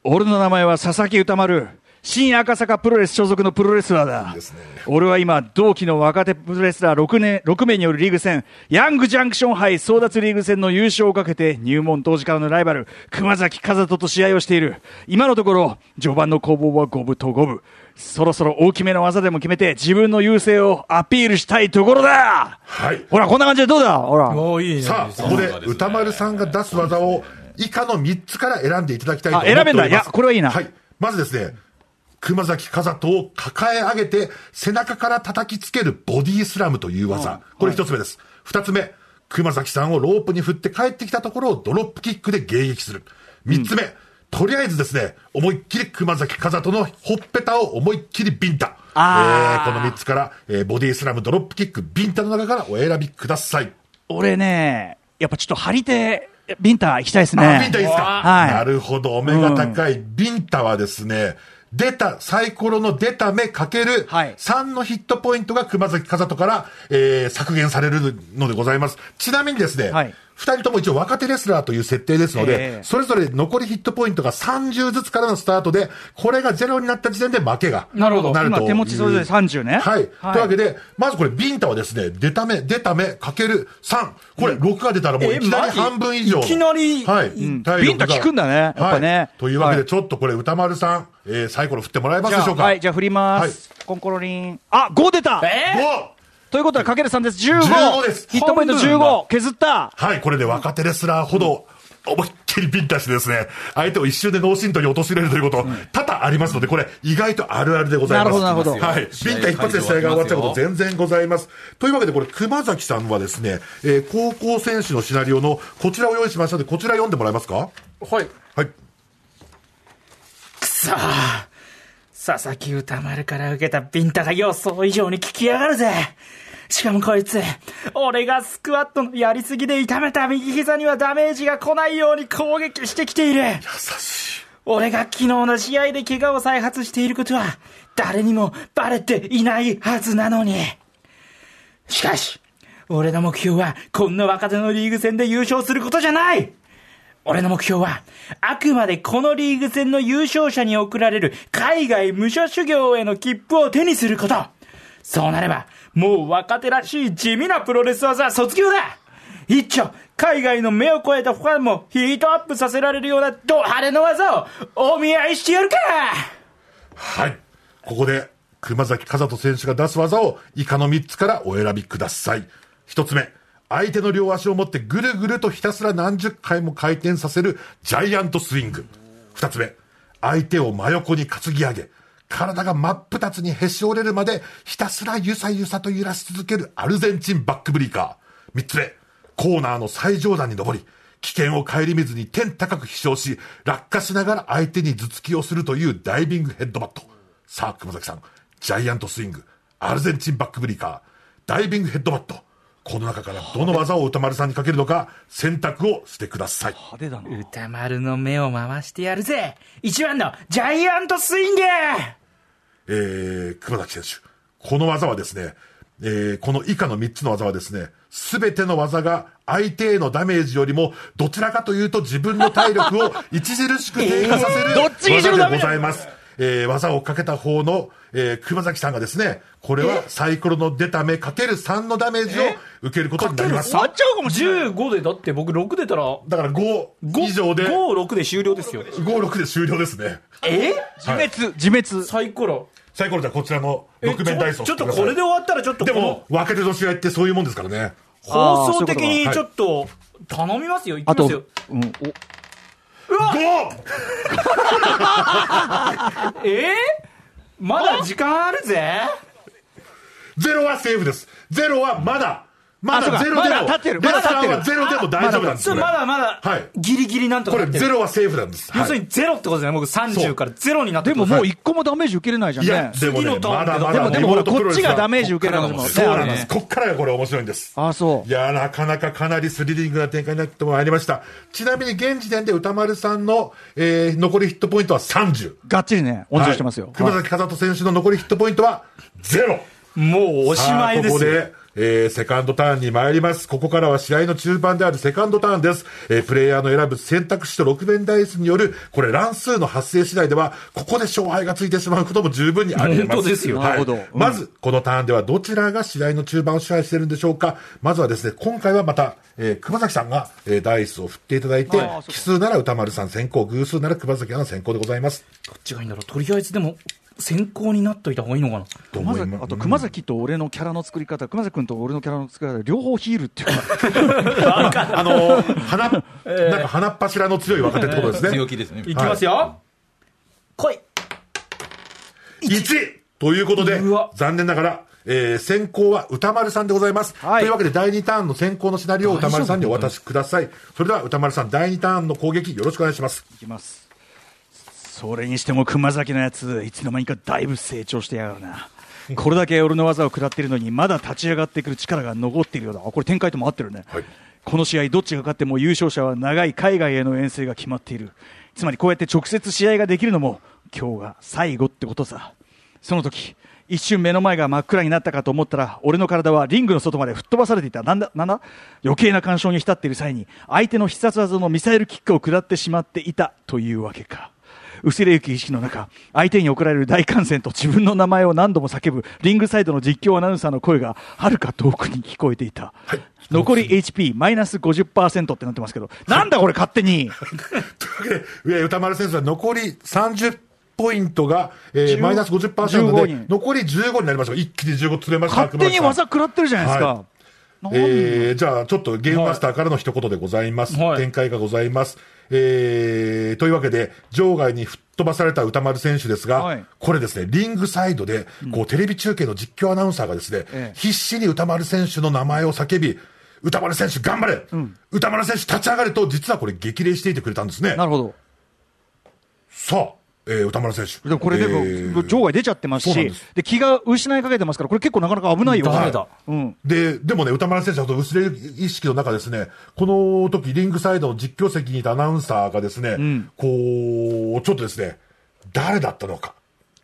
Speaker 3: 俺の名前は佐々木歌丸。新赤坂プロレス所属のプロレスラーだ。
Speaker 4: ですね
Speaker 3: 俺は今、同期の若手プロレスラー6年、6名によるリーグ戦、ヤングジャンクション杯争奪リーグ戦の優勝をかけて、入門当時からのライバル、熊崎風人と試合をしている。今のところ、序盤の攻防は五分と五分。そろそろ大きめの技でも決めて、自分の優勢をアピールしたいところだ
Speaker 4: はい。
Speaker 3: ほら、こんな感じでどうだほら。
Speaker 2: おーいいね。
Speaker 4: さあ、ここで歌丸さんが出す技を以下の3つから選んでいただきたいと思っております。
Speaker 3: あ選べんだいやこれはいいな
Speaker 4: はい。まずですね、熊崎風人を抱え上げて背中から叩きつけるボディスラムという技。これ一つ目です。二つ目、熊崎さんをロープに振って帰ってきたところをドロップキックで迎撃する。三つ目、とりあえずですね、思いっきり熊崎風人のほっぺたを思いっきりビンタ。
Speaker 3: あー
Speaker 4: えーこの三つから、えーボディスラム、ドロップキック、ビンタの中からお選びください。
Speaker 3: 俺ね、やっぱちょっと張り手、ビンタ行きたいですね。
Speaker 4: あ、ビンタいいですか、
Speaker 3: はい
Speaker 4: なるほど。お目が高い。ビンタはですね、出た、サイコロの出た目かける
Speaker 3: はい
Speaker 4: 3のヒットポイントが熊崎風人から、えー削減されるのでございます。ちなみにですね、
Speaker 3: はい
Speaker 4: 2人とも一応若手レスラーという設定ですので、
Speaker 3: ええ
Speaker 4: それぞれ残りヒットポイントが30ずつからのスタートで、これがゼロになった時点で負けが
Speaker 3: なるほど
Speaker 4: という
Speaker 3: 今手持ちそれぞれ30ね
Speaker 4: はい。
Speaker 3: はい
Speaker 4: というわけで、まずこれビンタはですね、出た目、出た目かける3。これ6が出たらもういきな
Speaker 2: え
Speaker 4: り
Speaker 2: マジ
Speaker 4: 半分以上。
Speaker 2: いきなり
Speaker 4: はい。体力が
Speaker 3: ビンタ効くんだねやっぱね
Speaker 4: はいというわけ
Speaker 3: は
Speaker 4: で、
Speaker 3: い
Speaker 4: ちょっとこれ、歌丸さん、えーサイコロ振ってもらえますでし
Speaker 3: じ
Speaker 4: ょう
Speaker 3: ゃ
Speaker 4: か。
Speaker 3: あはい、じゃあ振ります。コンコロリン。あ、5出た
Speaker 2: え
Speaker 3: ということは、かける3です。15。
Speaker 4: 15です
Speaker 3: ヒットポイント15。削った。
Speaker 4: はい、これで若手レスラーほど、思いっきりビンタしてですね、相手を一瞬で脳震盪に陥れるということ、多々ありますので、これ、意外とあるあるでございます。
Speaker 3: なるほどなるほど
Speaker 4: はい。ビンタ一発で試合が終わっちゃうこと全然ございます。というわけで、これ、熊崎さんはですね、えー高校選手のシナリオの、こちらを用意しましたので、こちら読んでもらえますか
Speaker 2: はい。
Speaker 4: はい。
Speaker 2: くそー佐々木歌丸から受けたビンタが予想以上に効きやがるぜしかもこいつ、俺がスクワットのやりすぎで痛めた右膝にはダメージが来ないように攻撃してきている優
Speaker 4: し
Speaker 2: い俺が昨日の試合で怪我を再発していることは誰にもバレていないはずなのにしかし、俺の目標は、こんな若手のリーグ戦で優勝することじゃない俺の目標は、あくまでこのリーグ戦の優勝者に贈られる海外武者修行への切符を手にすること。そうなれば、もう若手らしい地味なプロレス技は卒業だ一丁、海外の目を超えたファンもヒートアップさせられるようなド派手な技をお見合いしてやるか
Speaker 4: はい。ここで、熊崎和人選手が出す技を以下の3つからお選びください。1つ目、相手の両足を持ってぐるぐるとひたすら何十回も回転させるジャイアントスイング。2つ目、相手を真横に担ぎ上げ、体が真っ二つにへし折れるまでひたすらゆさゆさと揺らし続けるアルゼンチンバックブリーカー。3つ目、コーナーの最上段に登り、危険を顧みずに天高く飛翔し、落下しながら相手に頭突きをするというダイビングヘッドバット。さあ、熊崎さん、ジャイアントスイング、アルゼンチンバックブリーカー、ダイビングヘッドバット。この中からどの技を歌丸さんにかけるのか、選択をしてください。
Speaker 3: 派手だな
Speaker 2: 歌丸の目を回してやるぜ一番のジャイアントスイング
Speaker 4: えー、熊崎選手。この技はですね、えー、この以下の3つの技はですね、すべての技が相手へのダメージよりも、どちらかというと自分の体力を著しく低下させる、
Speaker 3: どっちにしろダ
Speaker 4: 技
Speaker 3: メだ
Speaker 4: でございます。えー、技をかけた方の、えー、熊崎さんがですね、これはサイコロの出た目かける3のダメージを受けることになります。
Speaker 2: っちゃうかもしれない15でだって僕6出たら
Speaker 4: だから5以上で、5、
Speaker 2: 56で終了ですよ
Speaker 4: 6で終了ですね。
Speaker 2: え
Speaker 3: 自滅自滅
Speaker 2: サイコロ
Speaker 4: サイコロじゃあこちらの6面ダイスを
Speaker 2: ちょ
Speaker 4: 振
Speaker 2: ってと
Speaker 4: ください
Speaker 2: これで終わったらちょっと
Speaker 4: で
Speaker 2: こ
Speaker 4: も
Speaker 2: の、
Speaker 4: 若手女子がってそういうもんですからね。
Speaker 2: 放送的
Speaker 3: あ
Speaker 2: に
Speaker 4: ー
Speaker 2: ち
Speaker 4: そう
Speaker 2: ょ
Speaker 4: い
Speaker 2: っと頼みますよいき
Speaker 3: あ
Speaker 2: ま
Speaker 3: と
Speaker 2: すよ、
Speaker 3: うん、お
Speaker 4: 5!
Speaker 2: えー、まだ時間あるぜ
Speaker 4: ゼロはセーフです。ゼロはまだ、ま
Speaker 3: あそう
Speaker 4: だ
Speaker 3: か
Speaker 4: ゼロで
Speaker 3: ま
Speaker 4: も、
Speaker 3: だ立ってるまだ立ってる
Speaker 4: レスラーはゼロでも大丈夫なんです
Speaker 2: そ
Speaker 4: よ、
Speaker 2: れまだまだ
Speaker 4: はい
Speaker 2: ギリギリなんと
Speaker 4: こ
Speaker 2: かな
Speaker 4: れ
Speaker 2: ってる
Speaker 4: ゼロはセーフなんです。
Speaker 2: 要する
Speaker 4: に、
Speaker 2: にゼロってことですね僕30からゼロになって
Speaker 3: で
Speaker 2: る
Speaker 3: ももう一個もダメージ受けれないじゃん
Speaker 4: いや
Speaker 3: ね、
Speaker 4: でも
Speaker 2: 次
Speaker 4: ね、
Speaker 2: のターン
Speaker 4: まだま
Speaker 2: で
Speaker 3: で
Speaker 4: だ
Speaker 3: もでもほらこっちがダメージ受けられるもんね
Speaker 4: そうなんで
Speaker 3: あ
Speaker 4: す。
Speaker 3: れね
Speaker 4: こっからがこれ面白いんです。
Speaker 3: あそう
Speaker 4: いやーなかなかかなりスリリングな展開になってまいりました。ちなみに現時点で歌丸さんの、えー残りヒットポイントは30。
Speaker 3: がっちりね温存してますよ、
Speaker 4: はい熊崎風人選手の残りヒットポイントはゼロ。
Speaker 2: もうおしまいで
Speaker 4: さあここ
Speaker 2: すよ
Speaker 4: で、えーセカンドターンに参ります。ここからは試合の中盤であるセカンドターンです。えープレイヤーの選ぶ選択肢と6面ダイスによる、これ乱数の発生次第では、ここで勝敗がついてしまうことも十分にあり得ます。
Speaker 2: 本当ですよ
Speaker 4: はい
Speaker 3: なるほどうん
Speaker 4: まず、このターンではどちらが試合の中盤を支配しているんでしょうか。まずはですね、今回はまた、えー熊崎さんが、えーダイスを振っていただいて
Speaker 3: あー、そうか
Speaker 4: 奇数なら歌丸さん先行、偶数なら熊崎アナ先行でございます。
Speaker 2: どっちがいいんだろうとりあえずでも先行になっといた方がいいのかな
Speaker 4: と
Speaker 3: 熊
Speaker 4: 思い
Speaker 3: 崎
Speaker 4: ます
Speaker 3: あと熊崎と俺のキャラの作り方、熊崎君と俺のキャラの作り方、両方ヒールっていうか、
Speaker 4: あのー、花、なんか花っ柱の強い若手っ
Speaker 3: <laughs>
Speaker 4: てことですね。
Speaker 6: 強気ですね。
Speaker 2: いきますよ、来い
Speaker 4: 1! ということで
Speaker 2: うわ、
Speaker 4: 残念ながら、えー先行は歌丸さんでございます。
Speaker 3: はい
Speaker 4: というわけで、第2ターンの先行のシナリオを歌丸さんにお渡しください。それでは、歌丸さん、第2ターンの攻撃、よろしくお願いします。
Speaker 3: いきますそれにしても熊崎のやついつの間にかだいぶ成長してやがるなこれだけ俺の技を食らってるのにまだ立ち上がってくる力が残っているようだあこれ展開とも合ってるね、
Speaker 4: はい
Speaker 3: この試合どっちが勝っても優勝者は長い海外への遠征が決まっているつまりこうやって直接試合ができるのも今日が最後ってことさその時一瞬目の前が真っ暗になったかと思ったら俺の体はリングの外まで吹っ飛ばされていたなんだなんだ余計な干渉に浸っている際に相手の必殺技のミサイルキックを食らってしまっていたというわけか薄れゆき意識の中相手に送られる大観戦と自分の名前を何度も叫ぶリングサイドの実況アナウンサーの声がはるか遠くに聞こえていた、残り HP マイナス50%ってなってますけど、なんだこれ勝手に
Speaker 4: というわけで、えー歌丸先生は残り30ポイントが、えー
Speaker 3: 10
Speaker 4: マイナス50%
Speaker 3: 15
Speaker 4: で
Speaker 3: 人、
Speaker 4: 残り15になりました。一気に15釣れました。
Speaker 3: 勝手に技食らってるじゃないですか、
Speaker 4: は
Speaker 3: なん
Speaker 4: えーじゃあ、ちょっとゲームマスターからの一言でございます。
Speaker 2: はい
Speaker 4: 展開がございます。えーというわけで、場外に吹っ飛ばされた歌丸選手ですが、
Speaker 3: はい
Speaker 4: これですね、リングサイドで、こう、テレビ中継の実況アナウンサーがですね、
Speaker 3: ええ
Speaker 4: 必死に歌丸選手の名前を叫び、歌丸選手頑張れ、歌丸選手立ち上がれと、実はこれ激励していてくれたんですね
Speaker 3: な。るほど
Speaker 4: さあ、えー歌丸選手。
Speaker 3: でもこれでも、
Speaker 4: えー
Speaker 3: 場外出ちゃってます
Speaker 4: そう
Speaker 3: し
Speaker 4: なん
Speaker 3: で
Speaker 4: です
Speaker 3: 気が失いかけてますからこれ結構なかなか危ないよ、
Speaker 2: ダメだ
Speaker 3: うん、
Speaker 4: で、でもね、歌丸選手はその薄れ意識の中ですね、この時、リングサイドの実況席にいたアナウンサーがですね、こう、ちょっとですね、誰だったのか、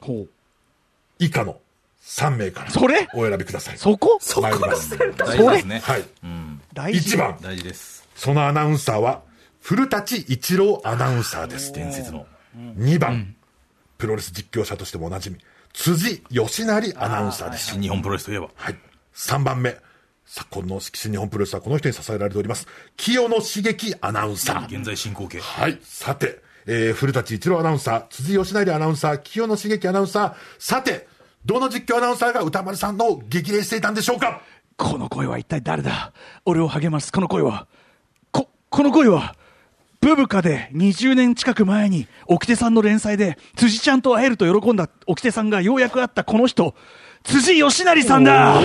Speaker 3: ほう
Speaker 4: 以下の3名から
Speaker 3: それ
Speaker 4: お選びください。
Speaker 3: そこ
Speaker 4: 参ります
Speaker 6: 大事ですね。
Speaker 4: はい。
Speaker 3: 大事
Speaker 4: 1番、
Speaker 6: 大事です。
Speaker 4: そのアナウンサーは、古舘一郎アナウンサーです。
Speaker 6: 伝説の。
Speaker 4: 2番、プロレス実況者としてもおなじみ、辻義成アナウンサーです。
Speaker 6: 新日本プロレスといえば。
Speaker 4: はい。3番目、昨今の新日本プロレスはこの人に支えられております、清野茂樹アナウンサー。
Speaker 6: 現在進行形。
Speaker 4: はい。さて、えー、古舘一郎アナウンサー、辻吉成アナウンサー、清野茂樹アナウンサー、さて、どの実況アナウンサーが歌丸さんの激励していたんでしょうか
Speaker 3: この声は一体誰だ俺を励ますこの声はここの声はブブカで20年近く前に沖手さんの連載で辻ちゃんと会えると喜んだ沖手さんがようやく会ったこの人辻義成さんだ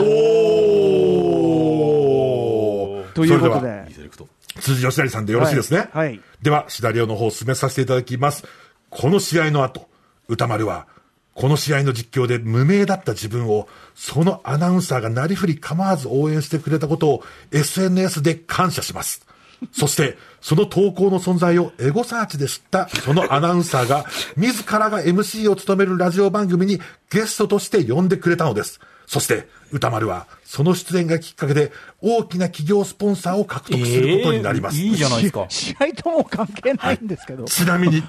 Speaker 4: お
Speaker 3: ということ
Speaker 4: それは
Speaker 3: で
Speaker 6: リセレクト。
Speaker 4: 辻吉成さんでよろしいですね。
Speaker 3: はいはい
Speaker 4: では、シナリオの方を進めさせていただきます。この試合の後、歌丸は、この試合の実況で無名だった自分を、そのアナウンサーがなりふり構わず応援してくれたことを SNS で感謝します。そして、その投稿の存在をエゴサーチで知った、そのアナウンサーが、自らが MC を務めるラジオ番組にゲストとして呼んでくれたのです。そして、歌丸は、その出演がきっかけで、大きな企業スポンサーを獲得することになります。
Speaker 2: えーいいじゃないですか。
Speaker 3: 試合とも関係ないんですけど、
Speaker 4: ちなみに、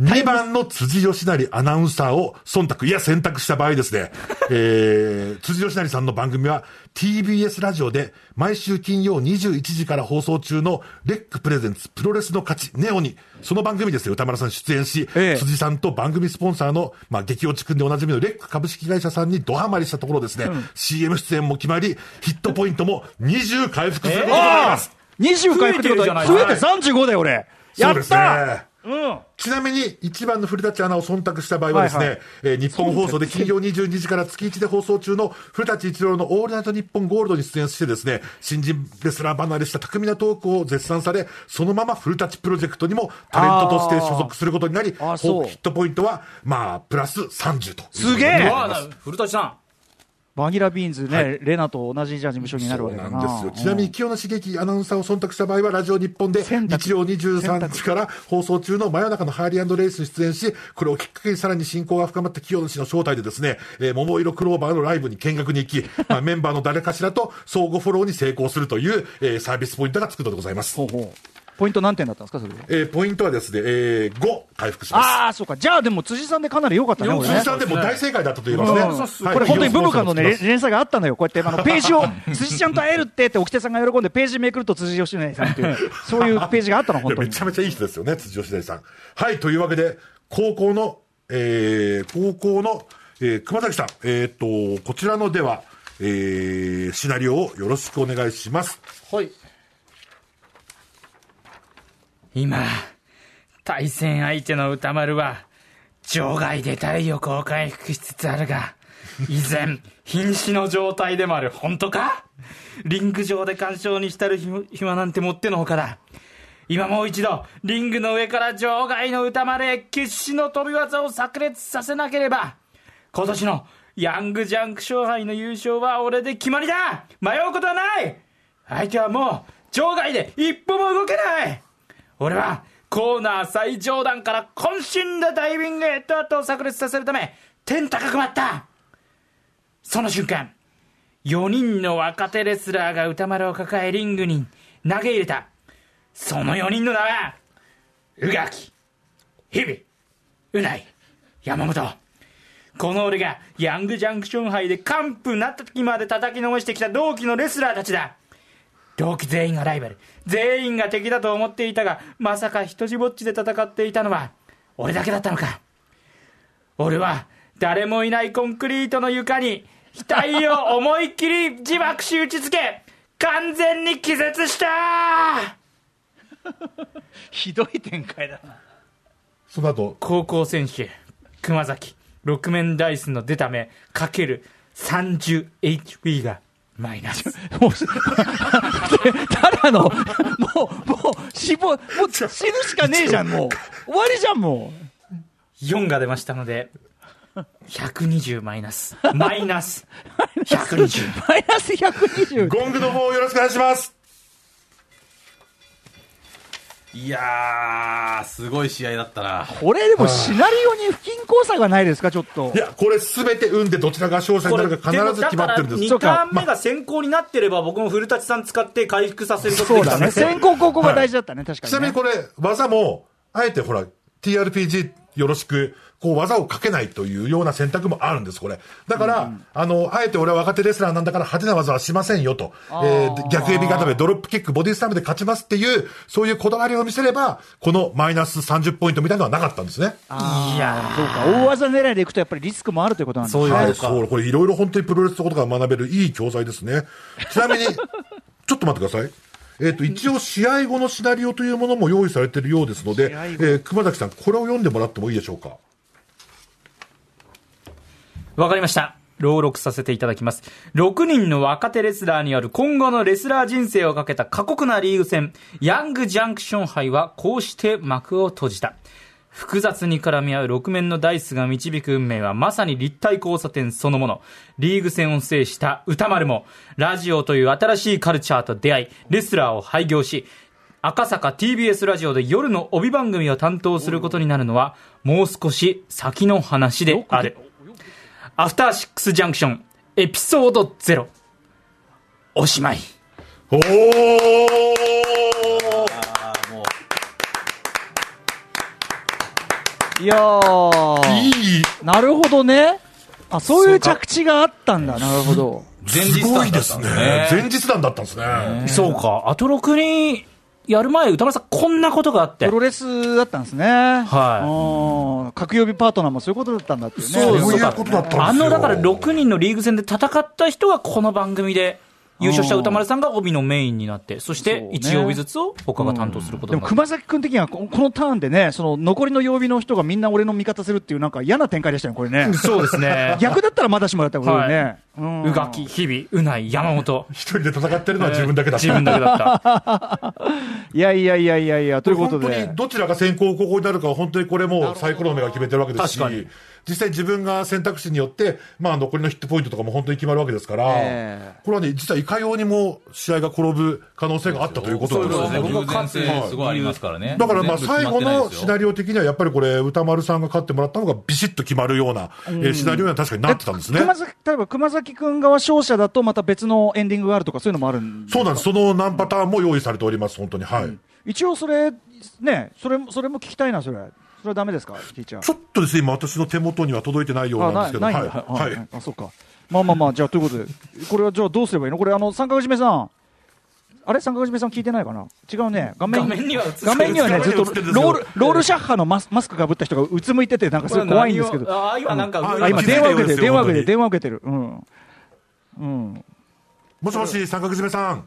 Speaker 4: 2番の辻吉成アナウンサーを忖度、いや選択した場合ですね、えー、辻吉成さんの番組は TBS ラジオで毎週金曜21時から放送中のレックプレゼンツプロレスの勝ちネオに、その番組ですね、歌丸さん出演し、
Speaker 3: ええ
Speaker 4: 辻さんと番組スポンサーの、まあ、激落ちくんでおなじみのレック株式会社さんにドハマりしたところですね、CM 出演も決まり、ヒットポイントも20回復することになります。
Speaker 3: 20回復ってことは
Speaker 2: 増
Speaker 3: 増
Speaker 2: え
Speaker 3: え
Speaker 2: てる
Speaker 3: て
Speaker 2: じ
Speaker 3: 35だよ俺
Speaker 4: そ
Speaker 3: や
Speaker 4: う
Speaker 3: っ
Speaker 4: です
Speaker 3: た、
Speaker 4: ねちなみに、1番の古舘アナを忖度した場合はですね、
Speaker 3: はいはい
Speaker 4: えー日本放送で金曜22時から月1で放送中の古舘一郎のオールナイト日本ゴールドに出演してですね、新人レスラー離れした巧みなトークを絶賛され、そのまま古舘プロジェクトにもタレントとして所属することになり、
Speaker 3: あーあー
Speaker 4: ホー
Speaker 3: そう
Speaker 4: クヒットポイントは、まあ、プラス30と。
Speaker 3: すげ
Speaker 2: う
Speaker 3: え
Speaker 2: わあ古舘さん。
Speaker 3: バニラビーンズね、レナと同じじゃあ事務所になるわけだ
Speaker 4: な
Speaker 3: なん
Speaker 4: ですよちなみに清野茂樹アナウンサーを忖度した場合はラジオ日本で
Speaker 3: 選択
Speaker 4: 日曜23時から放送中の真夜中のハーリーレースに出演しこれをきっかけにさらに親交が深まった清野氏の招待でですね、えー桃色クローバーのライブに見学に行き、まあ、メンバーの誰かしらと相互フォローに成功するという、えーサービスポイントがつくのでございます
Speaker 3: ほうほうポイント何点だったんですかそれで
Speaker 4: えーポイントはですね、え5回復します
Speaker 3: ああそうかじゃあでも辻さんでかなり良かったね
Speaker 2: よ
Speaker 3: 俺
Speaker 4: 鈴
Speaker 3: ね
Speaker 4: 木さんでも大正解だったと言いますね、
Speaker 2: うん
Speaker 4: はい
Speaker 3: これ本当にブブカのね、
Speaker 4: はい
Speaker 3: 連連載があったのよ、こうやってあのページを、 <laughs> 辻ちゃんと会えるってって、沖手さんが喜んで、ページめくると辻吉成さんっていう、そういうページがあったの、
Speaker 4: い
Speaker 3: 本
Speaker 4: や
Speaker 3: 当
Speaker 4: め
Speaker 3: に。
Speaker 4: ちゃめちゃいい人ですよね、辻吉成さん。はい、というわけで、高校の、えー、高校の、えー、熊崎さん、えーっと、こちらのでは、えー、シナリオをよろしくお願いします。
Speaker 2: はい。今、対戦相手の歌丸は、場外で体力を回復しつつあるが、依然、瀕死の状態でもある。本当かリング上で干渉に浸る暇暇なんてもってのほかだ。今もう一度、リングの上から場外の歌丸へ決死の飛び技を炸裂させなければ、今年のヤングジャンク勝敗の優勝は俺で決まりだ迷うことはない相手はもう場外で一歩も動けない俺はコーナー最上段から渾身でダイビングヘッドアットを炸裂させるため天高く舞ったその瞬間4人の若手レスラーが歌丸を抱えリングに投げ入れたその4人の名は宇垣日々うない山本この俺がヤングジャンクション杯で完膚なった時まで叩き残してきた同期のレスラーたちだ同期全員がライバル全員が敵だと思っていたがまさか人じぼっちで戦っていたのは俺だけだったのか俺は誰もいないコンクリートの床に額を思いっきり自爆し打ちつけ完全に気絶した
Speaker 3: ひどい展開だな。
Speaker 4: その後、
Speaker 2: 高校選手熊崎六面ダイスの出た目かける 30HP がマイナス
Speaker 3: もう、ただの、もう、もう、死亡、もう死ぬしかねえじゃん、もう。終わりじゃん、もう。
Speaker 2: 4が出ましたので120マイナスマイナス120
Speaker 3: マイナス120。
Speaker 4: ゴングの方よろしくお願いします。
Speaker 6: いやー、すすごい試合だったな。
Speaker 3: これでもシナリオに不均衡さがないですか、ちょっと
Speaker 4: い。や、これすべて運でどちらが勝者になるか必ず決まってるんです。
Speaker 3: そ
Speaker 2: 2
Speaker 3: うか
Speaker 2: ターン目が先行になってれば、僕も古舘さん使って回復させること
Speaker 3: そ
Speaker 2: で
Speaker 3: う
Speaker 2: きた
Speaker 3: だ
Speaker 2: んで
Speaker 3: ね。
Speaker 2: すけど
Speaker 3: 先行後攻が大事だったね、確か
Speaker 4: ちな
Speaker 3: に、
Speaker 4: み
Speaker 3: ね
Speaker 4: に。これ、技も、あえてほら、TRPG よろしく、こう、技をかけないというような選択もあるんです、これ。だから、あの、あえて俺は若手レスラーなんだから派手な技はしませんよと、えーで逆指固め、ドロップキック、ボディスタムで勝ちますっていう、そういうこだわりを見せれば、このマイナス30ポイントみたいなのはなかったんですね。
Speaker 3: いやそうか、大技狙いでいくとやっぱりリスクもあるということなんですね。
Speaker 4: はい、そう、これいろいろ本当にプロレスのことが学べるいい教材です
Speaker 3: <laughs>
Speaker 4: ね。ちなみに、ちょっと待ってください。えっ、と、一応試合後のシナリオというものも用意されているようですので、えー熊崎さん、これを読んでもらってもいいでしょうか。
Speaker 2: わかりました。朗読させていただきます。6人の若手レスラーによる今後のレスラー人生をかけた過酷なリーグ戦、ヤングジャンクション杯はこうして幕を閉じた。複雑に絡み合う6面のダイスが導く運命はまさに立体交差点そのもの。リーグ戦を制した歌丸も、ラジオという新しいカルチャーと出会い、レスラーを廃業し、赤坂 TBS ラジオで夜の帯番組を担当することになるのは、もう少し先の話である。アフターシックスジャンクションエピソード0おしまい
Speaker 4: おー
Speaker 3: いやー
Speaker 4: いい
Speaker 3: なるほどね。あ、そういう着地があったんだ。なるほど。
Speaker 6: 前
Speaker 4: す
Speaker 6: 日
Speaker 4: ごいで
Speaker 6: だった
Speaker 4: す
Speaker 6: ん
Speaker 4: ね
Speaker 6: ですね。。
Speaker 4: 前日談だったんですね。
Speaker 2: そうかアトロクにやる前歌丸さんこんなことがあって
Speaker 3: プロレスだったんですね。はい。うん。格曜日パートナーもそういうことだったんだっていうね。
Speaker 2: そう
Speaker 4: そう
Speaker 2: そう
Speaker 4: いう
Speaker 2: か
Speaker 4: ことだったんですよ。
Speaker 2: あのだから6人のリーグ戦で戦った人がこの番組で優勝した歌丸さんが帯のメインになってそし
Speaker 3: そう
Speaker 2: て
Speaker 3: ね
Speaker 2: 1曜日ずつを他が担当すること
Speaker 3: で
Speaker 2: に
Speaker 3: も
Speaker 2: なった
Speaker 3: 熊崎君的にはここのターンでね、その残りの曜日の人がみんな俺の味方するっていう、なんか嫌な展開でしたよね、これね。
Speaker 2: <laughs> そうですね
Speaker 3: 逆だったらまだしもらったことね、うん
Speaker 2: うがき日々うない山本
Speaker 4: 一人で戦ってるのは自分だけだった。
Speaker 2: 自分だけだった
Speaker 3: いやいやいやいやいや、ということ
Speaker 4: 本当
Speaker 3: で
Speaker 4: に。どちらが先行後攻になるかは本当にこれもうサイコロ目が決めてるわけですし
Speaker 2: 確かに
Speaker 4: 実際自分が選択肢によって、まあ、残りのヒットポイントとかも本当に決まるわけですから、
Speaker 3: え
Speaker 4: これはね実はいかようにも試合が転ぶ可能性があったということなんですよ
Speaker 6: そうですね。
Speaker 2: 僕も
Speaker 6: 偶然
Speaker 2: 勝つ
Speaker 6: 性すごいありますからね。
Speaker 4: だからまあ最後のシナ
Speaker 6: リ
Speaker 4: リオ的にはやっぱりこれ歌丸さんが勝ってもらった方がビシッと決まるような、えーシナリオには確かになってたんですね。
Speaker 3: 熊崎例えば熊崎君側勝者だと、また別のエンディングがあるとか、そういうのもあるんで
Speaker 4: そうなんです。その何パターンも用意されております、本当に。はい。
Speaker 3: 一応それ、ね、それもそれも聞きたいな、それ、それはだめですか、ティーチャー。
Speaker 4: ちょっとですね、今私の手元には届いてないようなんですけど、
Speaker 3: あ
Speaker 4: は。
Speaker 3: ないいないんだあ
Speaker 4: はい。
Speaker 3: あそうか、まあまあまあ、じゃあということで、これはじゃあどうすればいいの、これ、あの三角締めさん、あれ、三角締めさん聞いてないかな、違うね、画面
Speaker 2: 画面には映ってる
Speaker 3: 画面にはね、
Speaker 4: 画面
Speaker 3: ずっ
Speaker 4: には
Speaker 3: と
Speaker 4: 映ってるんですよ
Speaker 3: ロールロールシャッハのマスマスクかぶった人がうつむいてて、なんかすごい怖いんですけど、
Speaker 2: あ今なんか
Speaker 4: うん
Speaker 3: あ今、電話受けてる、電話受けて
Speaker 4: 本当
Speaker 3: る、
Speaker 4: に
Speaker 3: 電話受けてる、うん、うん、
Speaker 4: もしもし、三角締めさん。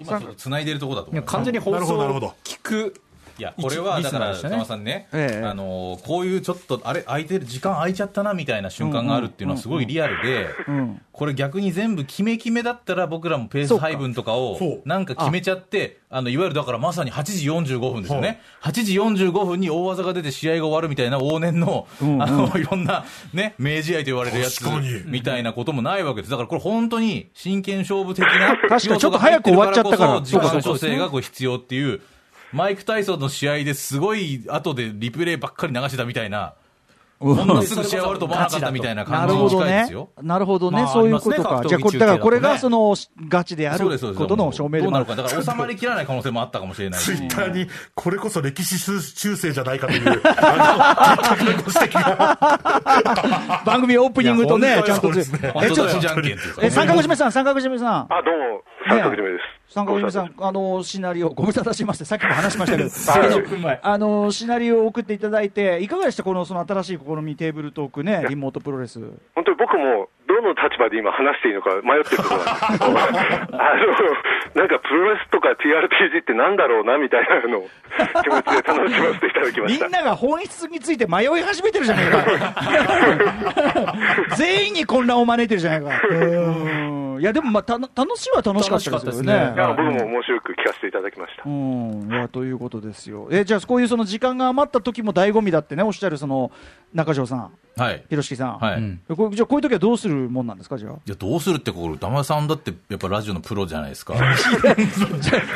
Speaker 6: 今ちょっと繋いでるとこだと
Speaker 2: い
Speaker 6: 思
Speaker 2: や
Speaker 6: います
Speaker 2: 完全に放
Speaker 4: なるほ
Speaker 2: 送
Speaker 4: どなるほど
Speaker 2: 聞 <laughs> く
Speaker 6: いやこれはだから
Speaker 2: リスナーでした
Speaker 6: 歌
Speaker 2: ね
Speaker 6: 間さん
Speaker 3: え
Speaker 6: ね、
Speaker 3: え
Speaker 6: あのーこういうちょっとあれ空いてる時間空いちゃったなみたいな瞬間があるっていうのはすごいリアルで、
Speaker 3: ん
Speaker 6: これ逆に全部決め決めだったら僕らもペース配分とかを
Speaker 4: そう
Speaker 6: なんか決めちゃってあのいわゆるだからまさに8時45分ですよね、8時45分に大技が出て試合が終わるみたいな往年の,、あのいろんな、ね、名試合と言われるやつ
Speaker 4: 確かに
Speaker 6: みたいなこともないわけですだからこれ本当に真剣勝負的 <laughs> な
Speaker 3: かにちょっと早く終わっちゃったから
Speaker 6: 時
Speaker 3: そ
Speaker 6: 間
Speaker 3: うかそ
Speaker 6: の
Speaker 3: うか
Speaker 6: 調整がこう必要っていう。マイク・タイソンの試合ですごい後でリプレイばっかり流してたみたいな、こんなすぐ試合終わると思わなかったみたいな
Speaker 3: な
Speaker 6: 感
Speaker 3: る
Speaker 6: じ
Speaker 3: ほ
Speaker 6: に
Speaker 3: ど
Speaker 6: 近いで
Speaker 3: ね
Speaker 6: すよ。、
Speaker 3: なるほどね、
Speaker 2: まあ
Speaker 3: そういうことか、
Speaker 2: ありますね
Speaker 3: じゃあこ
Speaker 2: 格闘技
Speaker 3: れ、だか
Speaker 2: 中継だと
Speaker 3: ら
Speaker 2: ね
Speaker 3: これがそのガチであ
Speaker 6: そうで
Speaker 3: る
Speaker 6: すそうです
Speaker 3: ことの証明
Speaker 6: ど
Speaker 3: で
Speaker 6: う
Speaker 3: も
Speaker 6: な
Speaker 3: あ
Speaker 6: る
Speaker 3: る
Speaker 6: か、だから収まりきらない可能性もあったかもしれないし
Speaker 4: ツイ、ッターに、これこそ歴史修正じゃないかという、あの、的なご指摘が。
Speaker 3: 番組オープニングと
Speaker 6: い
Speaker 3: ね
Speaker 6: や、
Speaker 3: ちゃんと
Speaker 4: 本当にそうですね
Speaker 3: えちょっ
Speaker 6: おととしじ
Speaker 3: と
Speaker 6: ゃんけんっていうか
Speaker 3: え三角締めさん、三角締めさん。
Speaker 5: あ、どうも、三角締めです。
Speaker 3: 三角締めさん、あのシナリオ、ご無沙汰しまして、さっきも話しましたけど、30分 <laughs> 前あのシナリオを送っていただいて、いかがでした、このその新しい試み、テーブルトークね、リモートプロレス。
Speaker 5: 本当に僕も、どの立場で今話していいのか迷ってるところなんです
Speaker 3: <laughs>
Speaker 5: けど、あの、なんかプロレスとか TRPG ってなんだろうな、みたいなのを気持ちで楽しませていただきま
Speaker 3: み
Speaker 5: した
Speaker 3: ん。なが本質について迷い始めてるじゃない
Speaker 5: <laughs>
Speaker 3: か、全員に混乱を招いてるじゃないか、うんいや、でも、まあ、たの楽しいは楽しかったですよね。
Speaker 2: 楽しかったですね
Speaker 5: いや僕も面白く聞かせていただきました。
Speaker 3: うん、いやということですよ。えじゃあこういうその時間が余った時も醍醐味だってねおっしゃるその中条さん。
Speaker 6: はい
Speaker 3: ひろしきさん、
Speaker 6: はい
Speaker 3: これじゃあこういう時はどうするもんなんですか、じゃあ、
Speaker 6: いやどうするってこれ歌丸さんだってやっぱラジオのプロじゃないです
Speaker 3: <laughs>
Speaker 6: か